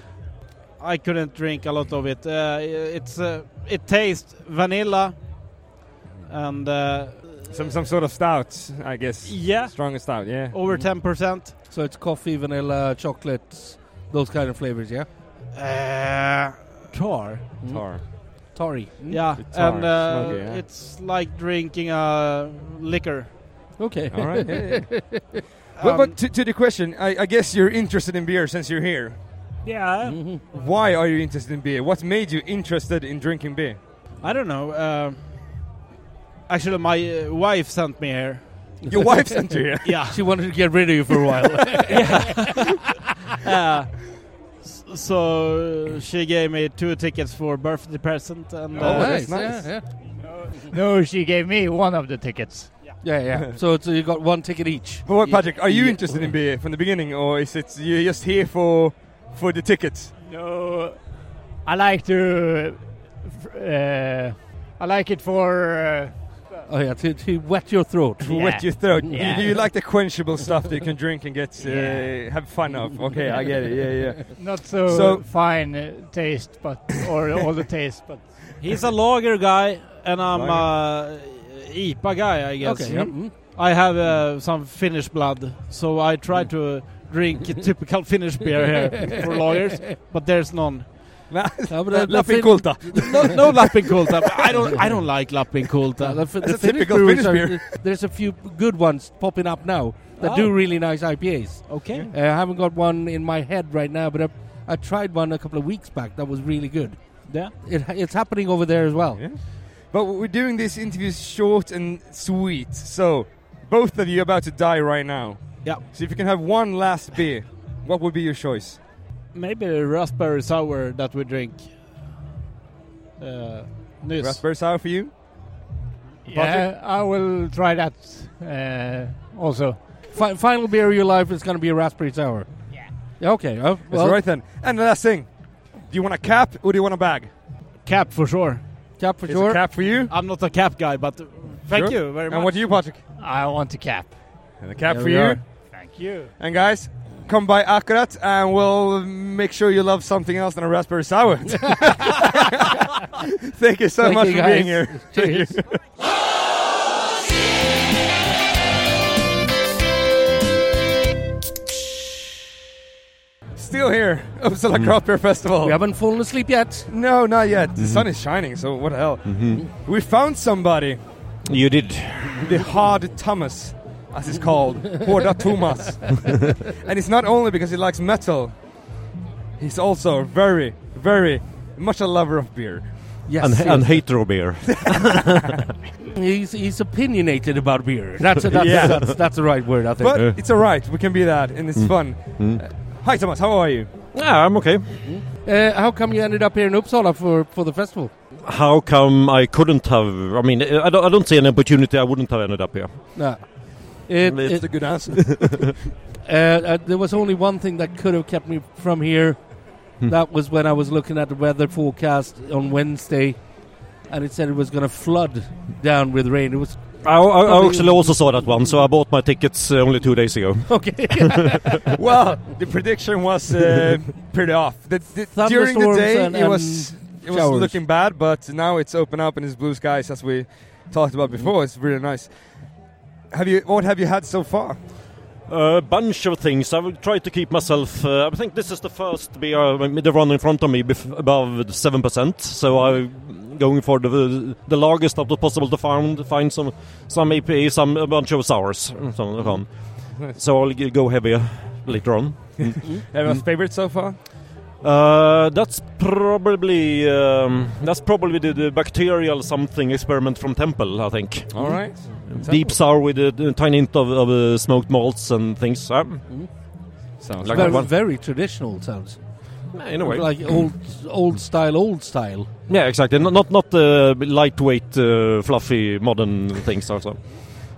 I: I couldn't drink a lot of it. Uh, it's uh, it tastes vanilla, and uh,
C: Some some sort of stout, I guess.
I: Yeah.
C: Strongest stout, yeah.
I: over ten percent.
B: So it's coffee, vanilla, chocolates, those kind of flavors, yeah?
I: Uh,
B: Tar.
C: Tar. Hmm?
B: Tarry.
I: yeah,
C: It's hard,
I: and uh,
C: smoky, yeah.
I: it's like drinking uh, liquor.
B: Okay.
C: All right. yeah, yeah.
I: Um,
C: Well, but to, to the question, I, I guess you're interested in beer since you're here.
I: yeah,
B: Mhm.
C: Why are you interested in beer? What made you interested in drinking beer?
I: I don't know. Uh, actually, my uh, wife sent me here.
C: Your wife sent you here.
I: Yeah.
B: She wanted to get rid of you for a while.
I: uh, s- so uh, she gave me two tickets for birthday present, and
C: Oh,
I: uh,
C: that's nice.
B: Yeah,
J: No, she gave me one of the tickets.
B: yeah. yeah, yeah. so it's, you got one ticket each.
C: But what,
I: Yeah.
C: Patrick, are you
I: Yeah.
C: interested in beer from the beginning, or is it you're just here for for the tickets?
J: No, I like to. Uh, I like it for. Uh,
B: Oh, yeah, to, to wet your throat.
C: To wet your throat.
J: Yeah.
C: You, you like the quenchable stuff that you can drink and get uh,
J: Yeah.
C: have fun of. Okay, I get it. Yeah, yeah.
J: not so,
C: So-
J: fine uh, taste, but or all the taste, but
I: he's a lager guy, and I'm a IPA guy, I guess.
B: Okay. yeah.
J: mm-hmm.
B: Mhm.
I: I have uh, some Finnish blood, so I try to drink typical Finnish beer here for lawyers, but there's none. uh,
C: Nah,
B: Yeah, but the- the
C: Lappin
B: Fin-
C: kulta.
I: No, no Lappinkulta. I don't. I don't like Lappinkulta.
B: the Fin-
C: That's
B: the
C: a typical
B: brewers
C: Finnish
B: are-
C: beer. Ah.
B: There's a few good ones popping up now that do
I: Oh.
B: really nice IPAs.
I: Okay.
B: Uh, I haven't got one in my head right now, but I, I tried one a couple of weeks back that was really good.
I: Yeah.
B: It, it's happening over there as well.
C: Yeah. But we're doing this interview short and sweet. So both of you are about to die right now.
I: Yeah.
C: So if you can have one last beer, what would be your choice?
I: Maybe the raspberry sour that we drink. Uh, nyss.
C: Raspberry sour for you?
J: yeah, I will try that uh, also.
B: Fi- final beer of your life is going to be a raspberry sour. Yeah. Okay. Oh,
C: That's
B: well,
C: right then. And the last thing, do you want a cap or do you want a bag?
I: Cap for sure.
B: Cap for
C: It's
B: sure.
C: a cap for you.
I: I'm not a cap guy, but thank
C: Sure.
I: you very much.
C: And what do you, Patrick?
J: I want to cap.
C: And a cap
B: There
C: for
B: we
C: you.
B: are.
J: Thank you.
C: And guys, come by Akkurat and we'll make sure you love something else than a raspberry sour. Thank you so
B: Thank
C: much
B: you,
C: for
B: guys.
C: being here.
B: Cheers.
C: Still here, Uppsala Craft Beer Festival.
B: We haven't fallen asleep yet.
C: No, not yet. The
K: Mm-hmm.
C: sun is shining, so what the hell? We found somebody,
K: You did.
C: the Hard Thomas, as it's called, Horda Thomas. and it's not only because he likes metal, he's also very, very much a lover of beer.
B: Yes.
K: And, and hater beer.
B: he's, he's opinionated about beer. That's, that's,
C: Yeah.
B: that's, that's the right word, I think.
C: But it's alright, we can be that, and it's
K: Mm.
C: fun.
K: Hmm.
C: Uh, hi, Thomas, how are you?
B: Ah,
K: yeah, Ah, I'm okay.
B: Uh, how come you ended up here in Uppsala for, for the festival?
K: How come I couldn't have? I mean, I don't, I don't see an opportunity. I wouldn't have ended up here.
B: No. It,
K: It's
B: it-
C: good answer.
B: uh, uh, there was only one thing that could have kept me from here.
K: Hmm.
B: that was when I was looking at the weather forecast on Wednesday, and it said it was going to flood down with rain. It was
K: I, I, I
B: Probably-
K: actually also saw that one, so I bought my tickets uh, only two days ago.
B: okay.
C: well, the prediction was uh, pretty off. The, the, during the
B: Thunderstorms
C: day,
B: and-
C: it
B: and
C: was it was
B: showers.
C: looking bad, but now it's open up and it's blue skies, as we talked about
B: Mm-hmm.
C: before. It's really nice. Have you? What have you had so far?
K: A Uh, bunch of things. I will try to keep myself. Uh, I think this is the first beer, I mean, the one in front of me bef- above seven percent. So I'm going for the the largest that was possible to find. Find some some APA, some a bunch of sours. and So, on. so I'll g- go heavier later on.
C: Everyone's favorite so far?
K: Mm. Uh, that's probably um, that's probably the, the bacterial something experiment from Temple, I think. Mm.
C: All right.
K: Deep sour with a, a tiny hint of, of uh, smoked malts and things. Uh,
C: Mm. Sounds good.
K: Like that
B: very,
K: one.
B: very traditional it sounds.
K: in a way,
B: Like old old style, old style.
K: yeah, exactly. Not not, not uh, lightweight, uh, fluffy, modern things. Also,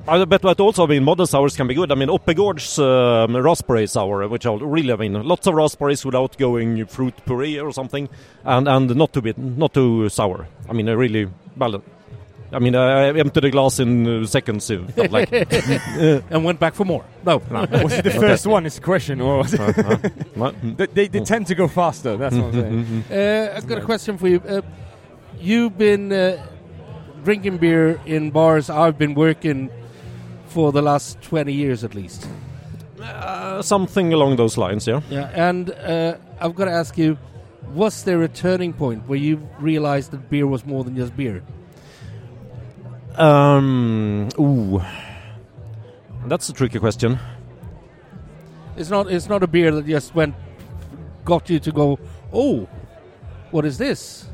K: I bet that also I mean modern sours can be good. I mean Oppegård's um, raspberry sour, which I really I mean lots of raspberries without going fruit puree or something, and and not too bit not too sour. I mean a really balanced. I mean, I I emptied the glass in uh, seconds. It felt like
B: and went back for more. No.
C: was it the first one? Is the question, or was it-
B: Uh-huh.
K: Mm.
C: they,
B: Mm-hmm.
C: they, they tend to go faster? That's what I'm saying.
B: Uh, I've got a question for you. Uh, you've been uh, drinking beer in bars I've been working for the last 20 years at least.
K: Uh, something along those lines, yeah.
B: Yeah, and uh, I've got to ask you, was there a turning point where you realized that beer was more than just beer?
K: Um, ooh, that's a tricky question.
B: It's not. It's not a beer that just went, got you to go. Oh, what is this?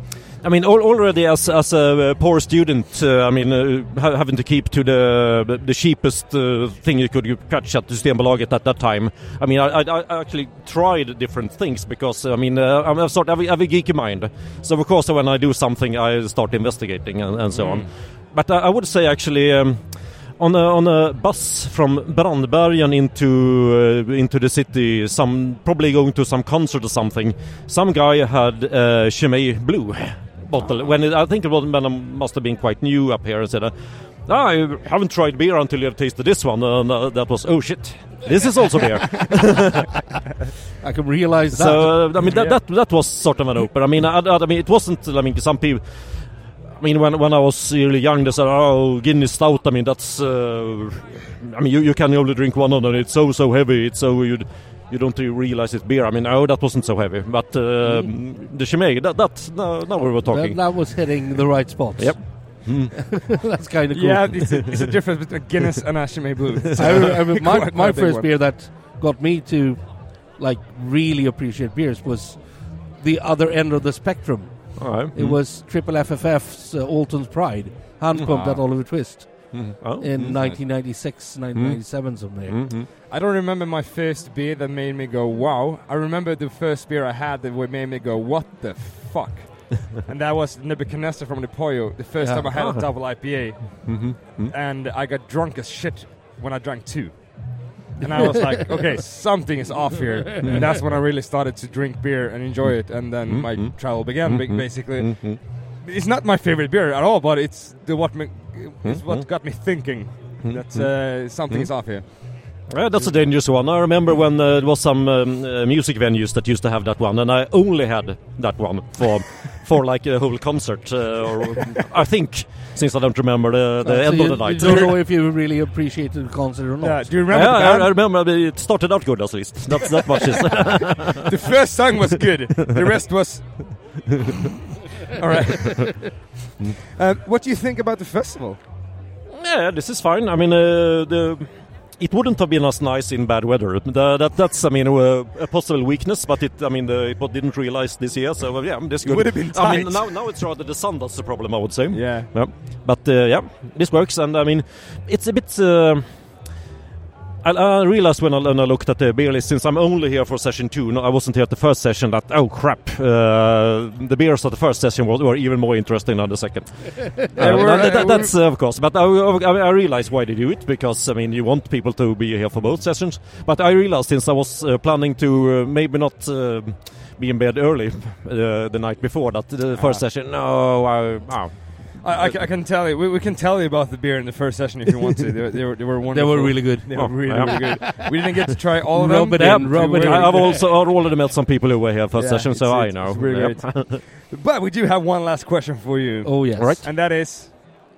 K: I mean, al- already as as a poor student, uh, I mean, uh, ha- having to keep to the the cheapest uh, thing you could catch at Systembolaget at that time. I mean, I, I, I actually tried different things because I mean, uh, I'm a sort of I have a geeky mind, so of course when I do something, I start investigating and, and so on. But I, I would say actually. Um, on a, on a bus from Brandbergen into uh, into the city, some probably going to some concert or something. Some guy had uh, Chimay Blue bottle. When it, I think it was when I must have been quite new up here, and said, uh, "Ah, "I haven't tried beer until I've tasted this one," and uh, that was, "Oh shit, this is also beer."
B: I can realize that.
K: So uh, I mean that,
B: Yeah.
K: that that was sort of an opener. I mean I, I I mean it wasn't. I mean some people. I mean when when I was really young they said oh Guinness stout. I mean that's. Uh, I mean you, you can only drink one of them. It's so so heavy. It's so you you don't realize it's beer. I mean oh that wasn't so heavy. But uh, the Chimay that that no, now we were
B: Mm. That,
K: talking.
B: that was hitting the right spot.
K: Yep. Hmm.
B: That's kind of cool.
C: Yeah, it's a, it's a difference between Guinness and a Chimay Blue.
B: I remember my,
C: Quite
B: my
C: a big
B: first
C: one.
B: beer that got me to like really appreciate beers was the other end of the spectrum.
K: All right.
B: It
K: Mm.
B: was Triple FFF's uh, Alton's Pride, hand pumped
C: Ah.
B: at Oliver Twist
K: Hmm.
C: Mhm. Oh.
B: in
C: Mhm.
B: 1996, 1997, somewhere.
K: hmm.
C: Mm-hmm. I don't remember my first beer that made me go wow. I remember the first beer I had that would made me go what the fuck, and that was Nebuchadnezzar from the Poyo. The first
K: Yeah.
C: time I had
K: Ah.
C: a double IPA,
K: Mhm. Mm.
C: and I got drunk as shit when I drank two. And I was like, okay, something is off here.
K: Mhm.
C: And that's when I really started to drink beer and enjoy it. And then
K: Mhm.
C: my
K: Mhm.
C: travel began, ba-
K: Mhm.
C: basically.
K: Mhm.
C: It's not my favorite beer at all, but it's the what me,
B: Hmm?
C: it's
K: Mhm.
C: what got me thinking
K: Mhm.
C: that uh, something is
B: Hmm?
K: Mhm.
C: off here.
K: Yeah, that's a dangerous one. I remember when uh, it was some um, uh, music venues that used to have that one, and I only had that one for for like a whole concert, uh, or I think, since I don't remember the, the
B: Uh, so
K: end
B: you,
K: of the
B: you
K: night.
B: don't know if you really appreciated the concert or not.
C: Yeah, Uh, do you remember
K: Yeah,
C: the
K: I-
C: band?
K: I, remember it started out good at least. That's that much. Is
C: the first song was good. The rest was. All right. Uh, what do you think about the festival?
K: Yeah, this is fine. I mean, uh, the it wouldn't have been as nice in bad weather. The, that that's I mean uh, a possible weakness, but it I mean the, it what didn't realize this year. So uh, yeah, this good.
C: would have been
K: I mean
C: tight.
K: now now it's rather the sun that's the problem. I would say.
C: Yeah.
K: Yeah. But uh, yeah, this works, and I mean, it's a bit. um I, I realized when I, when I looked at the beer list, since I'm only here for session two, no, I wasn't here at the first session. That oh crap, uh, the beers at the first session were, were even more interesting than the second. Uh,
C: They were-
K: that-
C: they
K: that-
C: were-
K: that's uh, of course, but I, I, I realize why they do it because I mean you want people to be here for both sessions. But I realized since I was uh, planning to uh, maybe not. Uh, be in bed early uh, the night before that the first session. No, I, oh.
C: Ah. I, I, ca- I can tell you. We, we can tell you about the beer in the first session if you want to. They, were- they, were, they were wonderful.
B: really good.
C: They
K: Oh,
C: were really,
K: yeah.
C: really good. We didn't get to try all of them.
B: Rub it
C: but
B: in,
C: we
B: rub it
C: were-
B: in.
K: I- I've also I've already met some people who were here first
C: Yeah,
K: session, so
C: it's-
K: I
C: it's-
K: know.
C: it's really
K: Yep.
C: But we do have one last question for you.
B: Oh yes,
K: Right.
C: And that is,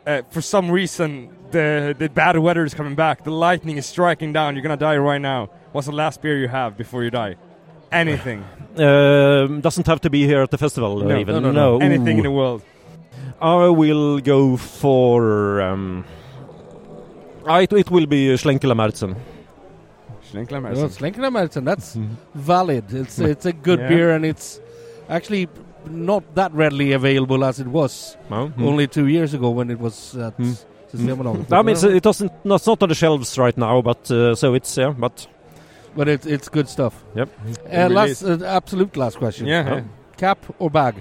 C: uh, for some reason, the the bad weather is coming back. The lightning is striking down. You're gonna die right now. What's the last beer you have before you die? Anything.
K: Um, doesn't have to be here at the festival, uh,
C: No,
K: even.
C: no, no, no. Anything in the
K: Ooh.
C: world.
K: I will go for. Um, ah, it, it will be Schlenkela Märzen.
B: Well, Slinkenamerzen, that's valid. It's it's a good
C: Mm-hmm. Yeah.
B: beer and it's actually not that readily available as it was
K: No?
C: Mm-hmm.
K: Mm.
B: only two years ago when it was at Systembolaget.
K: I mean, it's, it doesn't. no, It's not on the shelves right now, but uh, so it's yeah, but
B: but it's it's good stuff.
K: yep.
B: Uh,
C: Really
B: last,
C: is.
B: uh, absolute last question. Oh,
C: Yeah.
K: Yeah.
B: Cap or bag?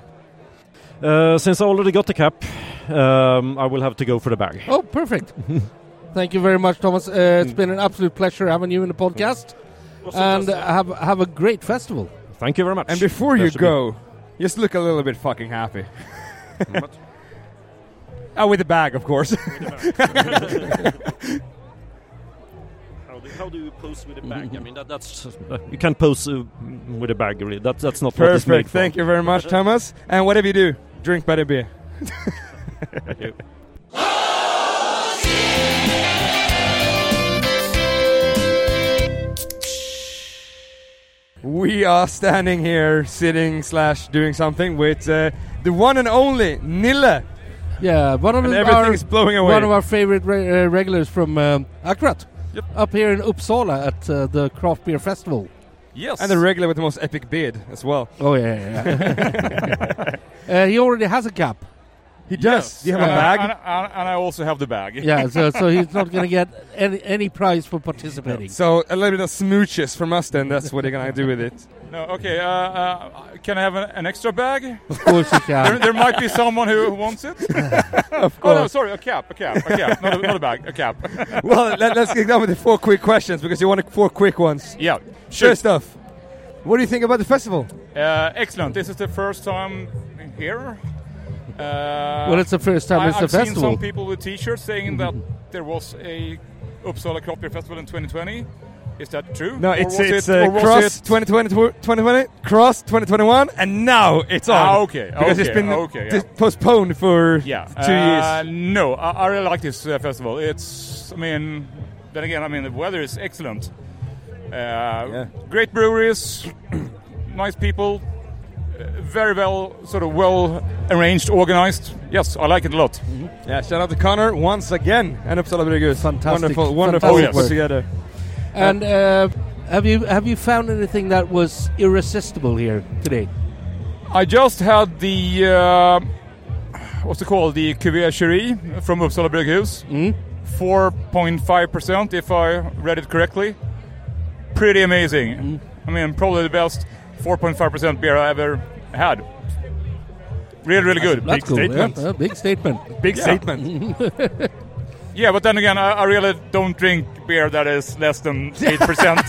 K: Uh, since I already got the cap, um, I will have to go for the bag.
B: Oh, perfect. Thank you very much, Thomas. Uh,
C: Mm.
B: it's been an absolute pleasure having you in the podcast, and uh, have have a great festival.
K: Thank you very much.
C: And before
K: There
C: you
K: should be-
C: go, just look a little bit fucking happy. oh, with a bag, of course.
K: How do, how do you pose with a bag? I mean, that, that's uh, you can't pose uh, with a bag. Really, that's that's not what it's made
C: Perfect.
K: for.
C: Thank you very much, Thomas. And whatever you do, drink better beer.
K: Thank you.
C: We are standing here, sitting slash doing something with uh, the one and only Nille.
B: Yeah, one of
C: and
B: the-
C: everything
B: our-
C: is blowing away.
B: One of our favorite re- uh, regulars from um, Akrat, up here in Uppsala at uh, the craft beer festival.
C: yes, and the regular with the most epic beard as well.
B: Oh yeah, yeah, yeah. uh, he already has a cap.
C: He does. Do you have a
L: and
C: bag?
L: Uh, I, and, I- and I also have the bag.
B: yeah, so, so he's not going to get any any prize for participating.
C: So a little bit of smooches from us, then that's what they're gonna do with it.
L: No, okay. Uh, uh, can I have an, an extra bag? Of
B: course you can.
L: there, there might be someone who wants it.
C: Of
L: Oh no,
C: course.
L: sorry, a cap, a cap, a cap, not a, not a bag, a cap.
C: well, let, us get down with the four quick questions because you wanted four quick ones.
L: Yeah, shoot.
C: Sure stuff. What do you think about the festival?
L: Uh, excellent. This is the first time here. Uh,
B: Well, it's the first time
L: I,
B: it's a
L: I've seen
B: festival.
L: some people with T-shirts saying that there was a Uppsala Craft Beer Festival in 2020. Is that true?
C: No,
L: Or
C: it's
L: was
C: it's
L: it-
C: uh,
L: or was
C: cross
L: it-
C: 2020, 2020, cross 2021, and now it's on.
L: Ah, okay,
C: because it's
L: okay,
C: been
L: okay,
C: dis-
L: yeah.
C: postponed for
L: Yeah,
C: two
L: uh,
C: years.
L: No, I, I really like this uh, festival. It's, I mean, then again, I mean, the weather is excellent. Uh, Great breweries, nice people, uh, very well, sort of well arranged, organized. Yes, I like it a lot.
C: Mm-hmm. Yeah, shout out to Connor once again and Uppsala Brewers. wonderful, wonderful
B: fantastic
C: put
B: work.
C: together.
B: And uh, have you have you found anything that was irresistible here today?
L: I just had the uh, what's it called? The Cuvée Cherie from Uppsala Brygghus.
B: Mm.
L: Four point five percent, if I read it correctly. Pretty amazing.
B: Mm.
L: I mean, probably the best four point five percent beer I ever had. Really, really good.
B: That's cool, yeah. Uh, big statement.
L: Big statement. Yeah, but then again, I, I really don't drink beer that is less than eight percent.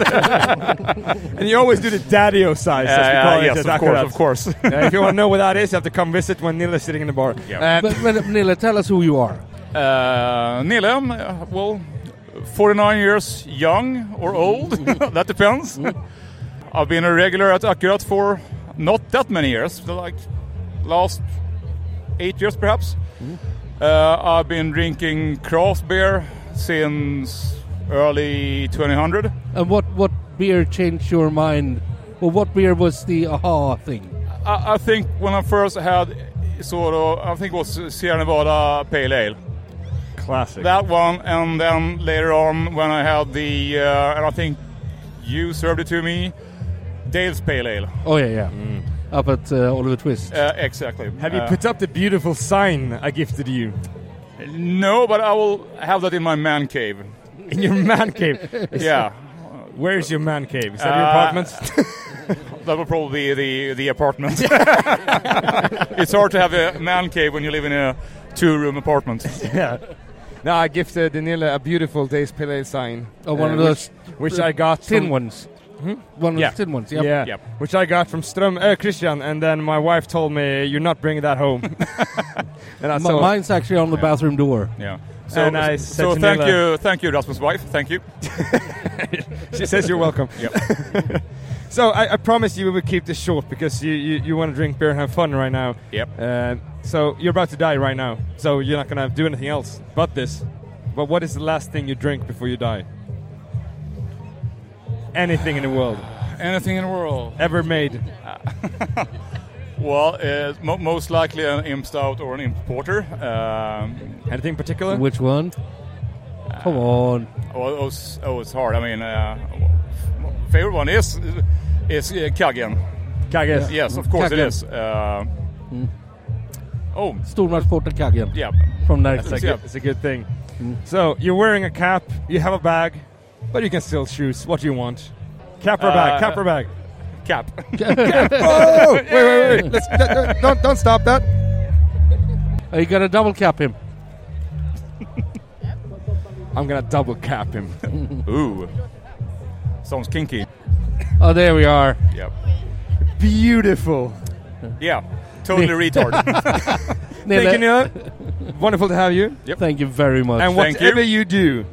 C: and you always do the daddy-o size, as we
L: Yeah,
C: call
L: yeah, Uh, yes,
C: it. at
L: of course,
C: Akkurat.
L: of course.
C: Yeah, if you want to know what that is, you have to come visit when Neil is sitting in the bar.
L: Yeah.
B: but, but Nilla, tell us who you are.
L: Uh, Nile, um, uh, well, 49 years young or old, that depends. I've been a regular at Akkurat for not that many years, but like last eight years perhaps. Uh, I've been drinking craft beer since early 2000.
B: And what what beer changed your mind? Or what beer was the aha thing?
L: I, I think when I first had sort of, I think it was Sierra Nevada Pale Ale.
C: Classic.
L: That one, and then later on when I had the, uh, and I think you served it to me, Dale's Pale Ale.
B: Oh yeah, yeah. Up at uh, Oliver Twist.
L: Uh, exactly.
C: Have you
L: Uh,
C: put up the beautiful sign I gifted you?
L: No, but I will have that in my man cave.
C: In your man cave?
L: yeah. Uh,
C: Where's your man cave? Is that your apartment?
L: that will probably be the, the apartment. it's hard to have a man cave when you live in a two room apartment.
C: yeah. No, I gifted Danila a beautiful Days Pele sign.
B: Oh, one
C: uh,
B: of those
C: which, which I got
B: thin
C: from-
B: ones.
C: Hmm?
B: One of those thin ones. Yep.
C: Yeah,
B: Yep.
C: which I got from Strum uh, Christian, and then my wife told me you're not bringing that home. and I
B: M- mine's actually on the bathroom door.
L: Yeah.
C: So, and I said
L: so
C: to
L: thank
C: Nilla-
L: you, thank you, Rasmus' wife. Thank you.
C: she says you're welcome.
L: Yep.
C: so I, I promised you we would keep this short because you, you, you want to drink beer and have fun right now.
L: Yep.
C: Uh, so you're about to die right now. So you're not gonna do anything else but this. But what is the last thing you drink before you die? Anything in the world
L: Anything in the world Uh,
C: ever made?
L: Well, uh, mo- most likely an imp stout or an imp porter. Um,
C: Anything particular?
B: Which one? Come on.
L: Oh, it was, oh, it's hard. I mean, uh, f- favorite one is is uh, Kagen.
C: Kagen.
L: Yes, of course it
B: Kagen.
L: is. Uh,
C: Mm.
L: Oh,
B: Stormarsporten Kaggen.
L: Yeah.
B: From Mm.
C: It's a
B: Närke.
C: good, it's a good thing. So you're wearing a cap, you have a bag, but you can still choose what you want. Cap or bag?
L: Uh,
C: Cap or bag?
L: Cap.
C: Cap. Oh, wait, wait, wait! Let's, don't- don't don't stop that.
B: Are Uh, you gonna double cap him?
C: I'm gonna double cap him.
L: Ooh, sounds kinky.
B: Oh, there we are.
L: Yep.
C: Beautiful.
L: Yeah, totally retard.
C: Thank you,
B: Nille,
C: Neil. Wonderful to have you.
B: Thank you very much.
C: And
L: Thank
C: whatever you. do,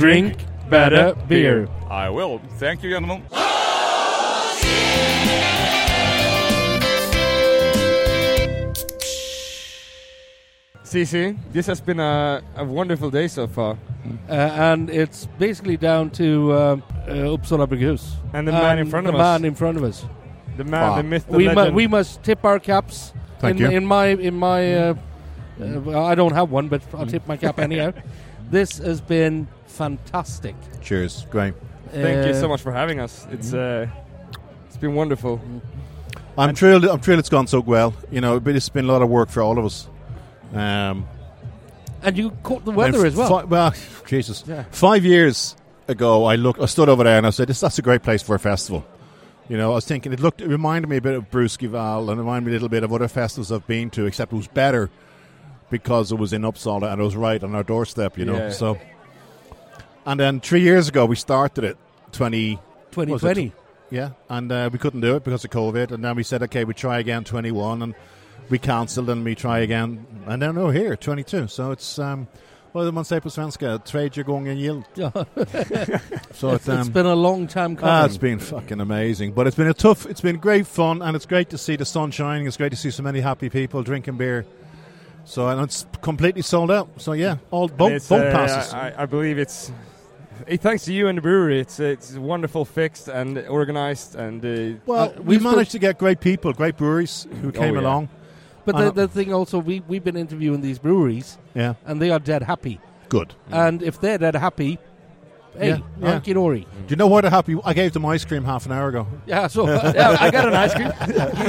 B: Drink better beer.
L: I will. Thank you, gentlemen.
C: CC, this has been a, a wonderful day so far.
B: Uh, and it's basically down to uh, uh, Uppsala Brewhus.
C: And the man in front of us.
B: The man in front of us.
C: The man, Wow. the myth, the
B: we, mu-
C: legend.
B: we must tip our caps.
C: Thank
B: in,
C: you.
B: In my, in my, uh, uh, well, I don't have one, but I'll tip my cap anyhow. This has been fantastic.
M: Cheers, Graham.
C: Thank you
B: Uh, mm-hmm.
C: so much for having us. It's uh, it's been wonderful.
B: Mm.
M: I'm thrilled. I'm thrilled it's gone so well. You know, but it's been a lot of work for all of us. Um,
B: And you caught the weather
M: f-
B: as well.
M: fi- well, Jesus.
B: Yeah.
M: Five years ago, I looked. I stood over there and I said, "This that's a great place for a festival." You know, I was thinking it looked. It reminded me a bit of Bruce Gival and it reminded me a little bit of other festivals I've been to, except it was better because it was in Uppsala and it was right on our doorstep. You know,
B: Yeah.
M: so. And then three years ago, we started it. Twenty. what was it?
B: 2020.
M: Yeah, and uh, we couldn't do it because of COVID. And then we said, okay, we try again 21, and we cancelled, and we try again, and then we're here 22. So it's um, what do man say på svenska? Tredje gången gillt. So
B: It's- it's been a long time
M: Ah,
B: coming.
M: it's been fucking amazing, but it's been a tough. It's been great fun, and it's great to see the sun shining. It's great to see so many happy people drinking beer. So and it's completely sold out. So yeah, all
C: And
M: both
C: it's,
M: both
C: uh,
M: passes.
C: I, I believe it's. eh, thanks to you and the brewery, it's it's wonderful, fixed and organized, and uh,
M: well, we managed to get great people, great breweries who came
C: Oh, yeah.
M: along.
B: But
M: And uh,
B: the, the thing also, we, we've been interviewing these breweries,
M: Yeah.
B: and they are dead happy.
M: Good.
C: Mm.
B: And if they're dead happy, hey, hunky dory.
M: Do you know what a happy? I gave them ice cream half an hour ago.
B: Yeah, so- yeah, I got an ice cream.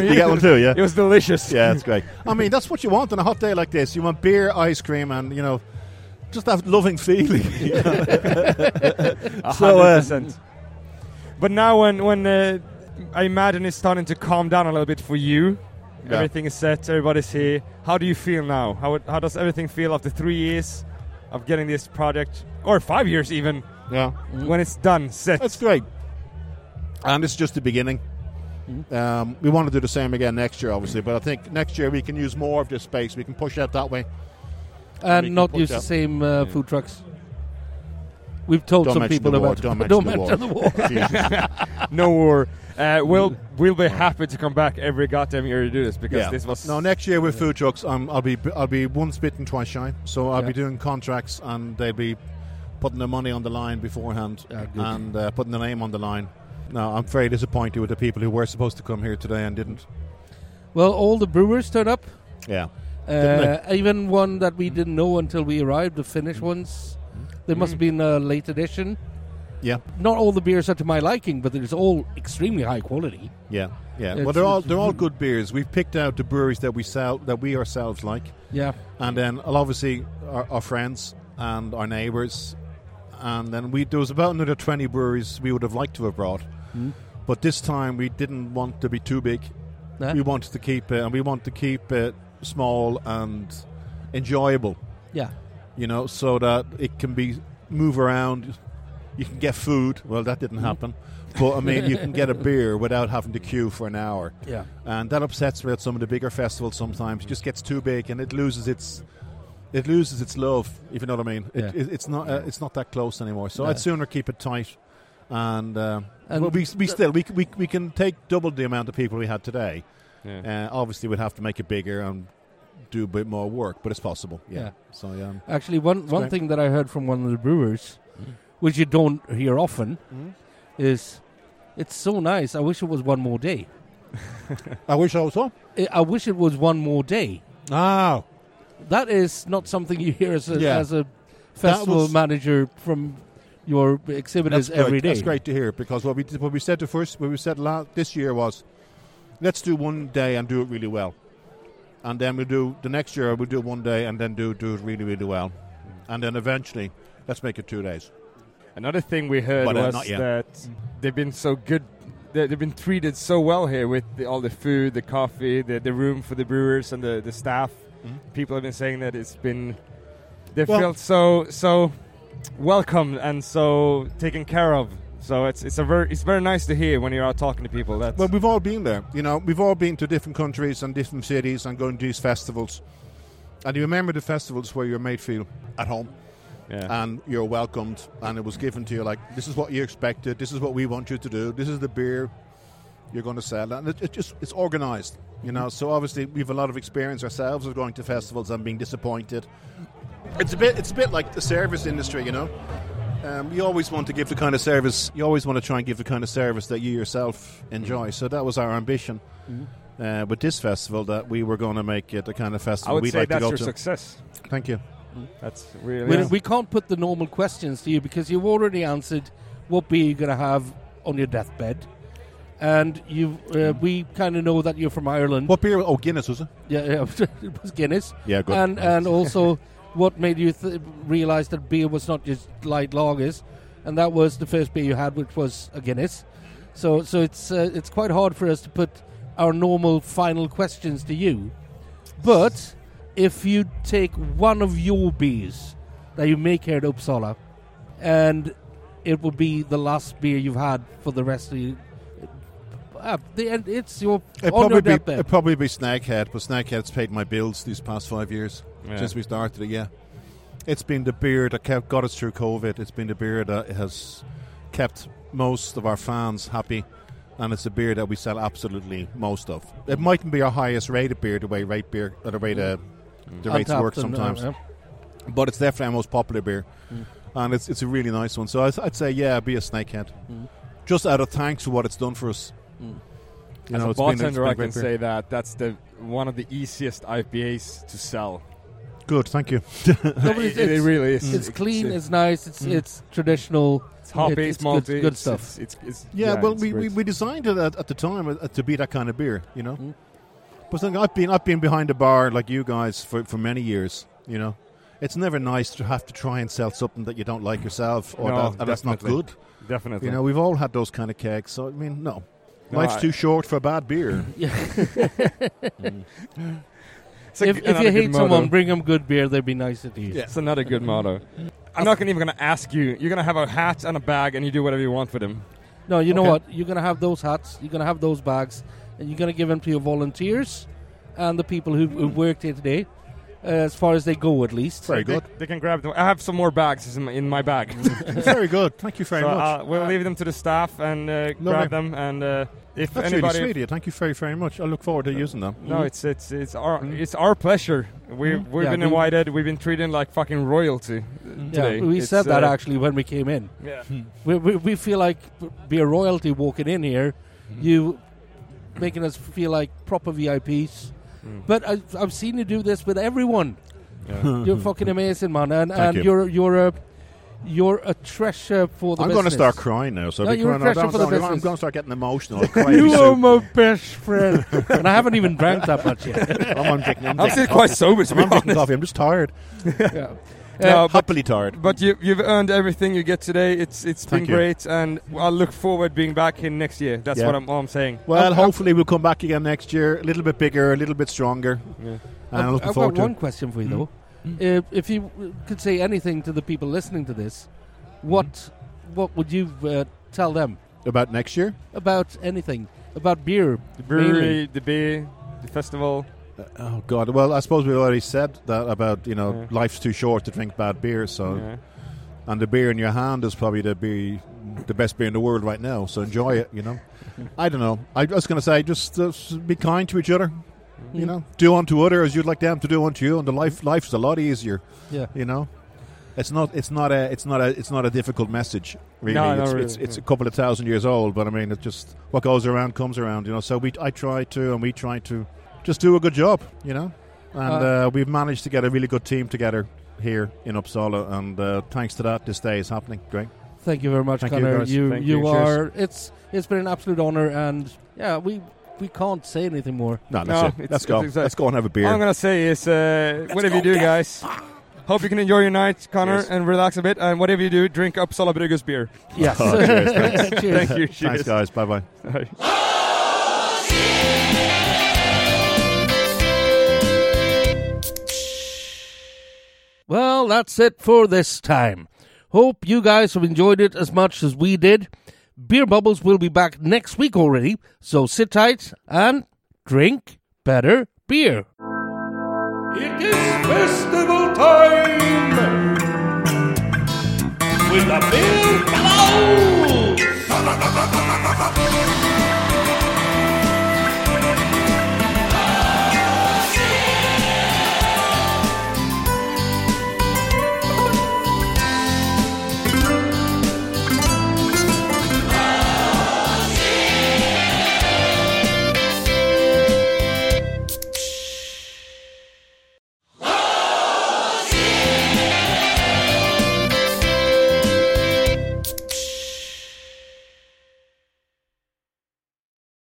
M: you got one too, yeah.
C: It was delicious.
M: Yeah, it's great. I mean, that's what you want on a hot day like this. You want beer, ice cream, and you know, just that loving feeling.
C: A
M: uh,
C: hundred percent. But now, when when uh, I imagine it's starting to calm down a little bit for you,
M: Yeah.
C: everything is set, everybody's here. How do you feel now? How how does everything feel after three years of getting this project, or five years even?
M: Yeah.
B: Mm-hmm.
C: When it's done, set.
M: That's great. And it's just the beginning.
B: Mm-hmm.
M: Um, we want to do the same again next year, obviously, but I think next year we can use more of this space. We can push out that way.
B: and
M: We can
B: not
M: push
B: use the
M: out-
B: same uh, food trucks. We've told
M: Don't
B: some
M: mention
B: people
M: the war,
B: about
M: don't
B: mention the war.
C: no war. Uh, we'll we'll be happy to come back every goddamn year to do this because
M: Yeah.
C: this was
M: no next year with food trucks. Um, I'll be I'll be once bitten twice shy. So I'll
C: Yeah.
M: be doing contracts, and they'll be putting their money on the line beforehand
B: Ah,
M: and uh, putting their name on the line. No, I'm very disappointed with the people who were supposed to come here today and didn't.
B: Well, all the brewers turned up.
M: Yeah.
B: Uh, even one that we didn't know until we arrived, the Finnish
M: Mm.
B: ones. They must have been a late edition.
M: Yeah.
B: Not all the beers are to my liking, but it's all extremely high quality.
M: Yeah, yeah.
B: It's-
M: well, they're all
B: it's-
M: they're all good beers. We've picked out the breweries that we sell that we ourselves like.
B: Yeah.
M: and then well, obviously our, our friends and our neighbours, and then we there was about another twenty breweries we would have liked to have brought,
B: Mm.
M: but this time we didn't want to be too big.
B: No.
M: We wanted to keep it, and we want to keep it small and enjoyable.
B: Yeah.
M: you know, so that it can be move around. You can get food. Well, that didn't
B: Mhm.
M: happen. But I mean, you can get a beer without having to queue for an hour.
B: Yeah.
M: And that upsets me at some of the bigger festivals sometimes. It just gets too big and it loses its it loses its love, if you know what I mean. It,
B: Yeah.
M: it, it's not uh, it's not that close anymore. So
B: No.
M: I'd sooner keep it tight. And, uh,
B: And
M: well, we, we
B: th-
M: still we, c- we, we can take double the amount of people we had today.
C: Yeah.
M: Uh, obviously, we'd have to make it bigger and do a bit more work, but it's possible. Yeah.
B: Yeah.
M: So Oh, yeah.
B: Actually, one,
M: It's
B: one
M: great.
B: thing that I heard from one of the brewers, which you don't hear often,
M: Hmm?
B: is it's so nice. I wish it was one more day.
M: I wish I was on.
B: I wish it was one more day.
M: Oh.
B: That is not something you hear as a,
M: Yeah.
B: as a
M: That
B: festival
M: was-
B: manager from your exhibitors
M: That's great.
B: every day.
M: That's great to hear because what we did, what we said the first what we said la this year was, let's do one day and do it really well, and then we do the next year we do one day and then do do it really really well, and then eventually let's make it two days.
C: Another thing we heard
M: But, uh,
C: was
M: not yet.
C: that they've been so good. they- They've been treated so well here with the, all the food, the coffee, the, the room for the brewers and the, the staff. People have been saying that it's been. They
M: Mm-hmm. Well-
C: felt so so welcome and so taken care of. So it's it's a very it's very nice to hear when you're out talking to people. That's
M: Well, we've all been there. You know, we've all been to different countries and different cities and going to these festivals. And you remember the festivals where you're made feel at home. And you're welcomed, and it was given to you like, this is what you expected, this is what we want you to do, this is the beer you're going to sell. And it, it just it's organized. You know, so obviously we have a lot of experience ourselves of going to festivals and being disappointed. It's a bit, it's a bit like the service industry, you know. Um, you always want to give the kind of service, you always want to try and give the kind of service that you yourself enjoy. So that was our ambition
N: Mhm.
M: uh, with this festival that we were going to make it the kind of festival
C: Mm-hmm. I would
M: we'd
C: say
M: like
C: that's
M: to go
C: your
M: to.
C: success.
M: Thank you.
C: That's really.
B: We, we can't put the normal questions to you because you've already answered what beer you're going to have on your deathbed. And you, uh, we kind of know that you're from Ireland. What
M: beer? Oh, Guinness was it?
B: Yeah, yeah it was Guinness.
M: Yeah, good.
B: And and also, what made you th- realize that beer was not just light lagers, and that was the first beer you had, which was a Guinness. So so it's uh, it's quite hard for us to put our normal final questions to you. But if you take one of your beers that you make here at Uppsala, and it will be the last beer you've had for the rest of you. Uh, the, and it's your
M: It'd
B: on your
M: probably, be,
B: deathbed.
M: it'd probably be Snaghead, but Snaghead's paid my bills these past five years
B: Yeah.
M: since we started it. Yeah, it's been the beer that kept got us through COVID. It's been the beer that has kept most of our fans happy, and it's a beer that we sell absolutely most of. It mightn't be our highest rated beer, the way rate beer, uh, the way the, the rates
B: Untapped
M: work
B: and, uh,
M: sometimes,
B: yeah.
M: but it's definitely our most popular beer,
B: Mm.
M: and it's it's a really nice one. So I'd, I'd say yeah, be a Snakehead,
B: Mm.
M: just out of thanks for what it's done for us. You
C: As
M: know,
C: a
M: it's been- it's
C: bartender,
M: been
C: I
M: a great
C: can
M: beer.
C: say that that's the one of the easiest IPAs to sell.
M: Good, thank you.
B: No, but
C: It- it
B: it's, it's-
C: really is.
B: It's
C: Mm.
B: clean. It's,
C: It's-
B: nice. It's
C: Mm.
B: it's traditional.
C: It's hoppy,
B: it-
C: it's malty,
B: good, good
C: it's-
B: stuff.
C: it's- it's- it's-
M: yeah,
C: Yeah,
M: well,
C: it's
M: we, we,
C: great.
M: we designed it at, at the time uh, to be that kind of beer, you know.
B: Mm.
M: But then I've been I've been behind the bar like you guys for, for many years, you know. It's never nice to have to try and sell something that you don't like yourself or
C: No,
M: that, and that's not
C: definitely.
M: good.
C: Definitely.
M: You know, we've all had those kind of kegs, so I mean, no.
C: No,
M: Life's
C: I-
M: too short for bad beer.
B: Mm.
C: It's a
B: if
C: g-
B: if
C: another
B: you
C: good
B: hate someone,
C: motto.
B: bring them good beer. They'd be nicer to you.
C: Yeah, it's another good motto. I'm not gonna, even going to ask you. You're going to have a hat and a bag, and you do whatever you want with them.
B: No, you know
C: Okay.
B: what? You're gonna have those hats. You're gonna have those bags, and you're gonna give them to your volunteers and the people who who worked here today, uh, as far as they go, at least.
C: They- They, can grab them. I have some more bags in my, in my bag.
M: Very good. Thank you very
C: So,
M: much.
C: Uh, we'll leave them to the staff and uh,
M: Lovely.
C: grab them. And uh, if
M: That's really
C: anybody, Uh,
M: sweet of you. Thank you very, very much. I look forward to using them. Mm-hmm.
C: no, it's it's it's our it's our pleasure. We
M: Mm.
C: we've
M: Yeah,
C: been
M: we- Mm.
C: invited. We've been treated like fucking royalty uh, today.
B: Yeah, we
C: It's,
B: said that
C: uh,
B: actually when we came in.
C: Yeah.
B: we, we, we feel like beer royalty walking in here.
M: Mm-hmm.
B: You making us feel like proper VIPs.
C: Mm.
B: But I, I've seen you do this with everyone.
M: Yeah.
B: you're fucking amazing, man, and,
M: Thank
B: and
M: you.
B: you're you're a you're a treasure for the.
M: I'm going to
B: business.
M: start crying now. So
B: No,
M: I'll be
B: you're a
M: crying.
B: treasure
M: I'm
B: for the
M: going
B: business.
M: to start getting
B: Oh,
M: emotional.
B: you are my best friend, and I haven't even drank that much yet.
M: I'm on drinking. I'm, drinking
C: I'm still
M: coffee.
C: quite sober, to
M: I'm Uh,
C: be
M: on drinking
C: honest.
M: coffee. I'm just tired.
B: Yeah.
C: No, but-
M: happily tired.
C: But you you've earned everything you get today. It's it's been
M: Thank you.
C: great, and I look forward being back here next year. That's
M: Yeah.
C: what I'm all I'm saying.
M: Well,
C: I'm- I'm-
M: hopefully we'll come back again next year, a little bit bigger, a little bit stronger.
C: Yeah. Uh,
M: And I'm
B: I've,
M: looking
B: I've
M: forward to
B: got
M: Mm-hmm.
B: one question for you though. If, if you w- could say anything to the people listening to this, what what would you uh, tell them
M: Mm-hmm. about next year?
B: about anything about beer?
C: the brewery,
B: mainly?
C: the beer, the festival.
M: Oh God! Well, I suppose we already said that about you know
C: Yeah.
M: life's too short to drink bad beer. So,
C: Yeah.
M: and the beer in your hand is probably the beer, the best beer in the world right now. So enjoy it. You know, I don't know. I was going to say just uh, s- be kind to each other. You
C: Mm-hmm.
B: Mm.
M: know, do unto others as you'd like them to do unto you, and the life life's a lot easier.
B: Yeah.
M: you know, it's not it's not a it's not a it's not a difficult message really.
C: No, no,
M: it's
C: really,
M: it's, it's
C: yeah.
M: a couple of thousand years old, but I mean, it's just what goes around comes around. You know, so we I try to and we try to just do a good job. You know, and
B: Uh,
M: uh, we've managed to get a really good team together here in Uppsala, and uh, thanks to that, this day is happening. Great.
B: Thank you very much,
M: Thank you,
B: Connor.
M: guys.
B: you
M: Thank
B: you
M: you. Cheers.
B: are it's it's been an absolute honor, and yeah, we we can't say anything more.
M: No, that's it. Let's go.
C: exact-
M: Let's go and have a beer.
C: All I'm gonna say is, uh, whatever you do, guys, hope you can enjoy your night, Connor,
M: Cheers.
C: and relax a bit. And whatever you do, drink Uppsala Brygger's beer.
M: Yes. Oh, cheers, thanks.
C: Thank you.
M: Thanks,
C: cheers.
M: guys. Bye-bye.
C: Bye.
B: Well, that's it for this time. Hope you guys have enjoyed it as much as we did. Beer Bubbles will be back next week already, so sit tight and drink better beer.
A: It is festival time with a big blow.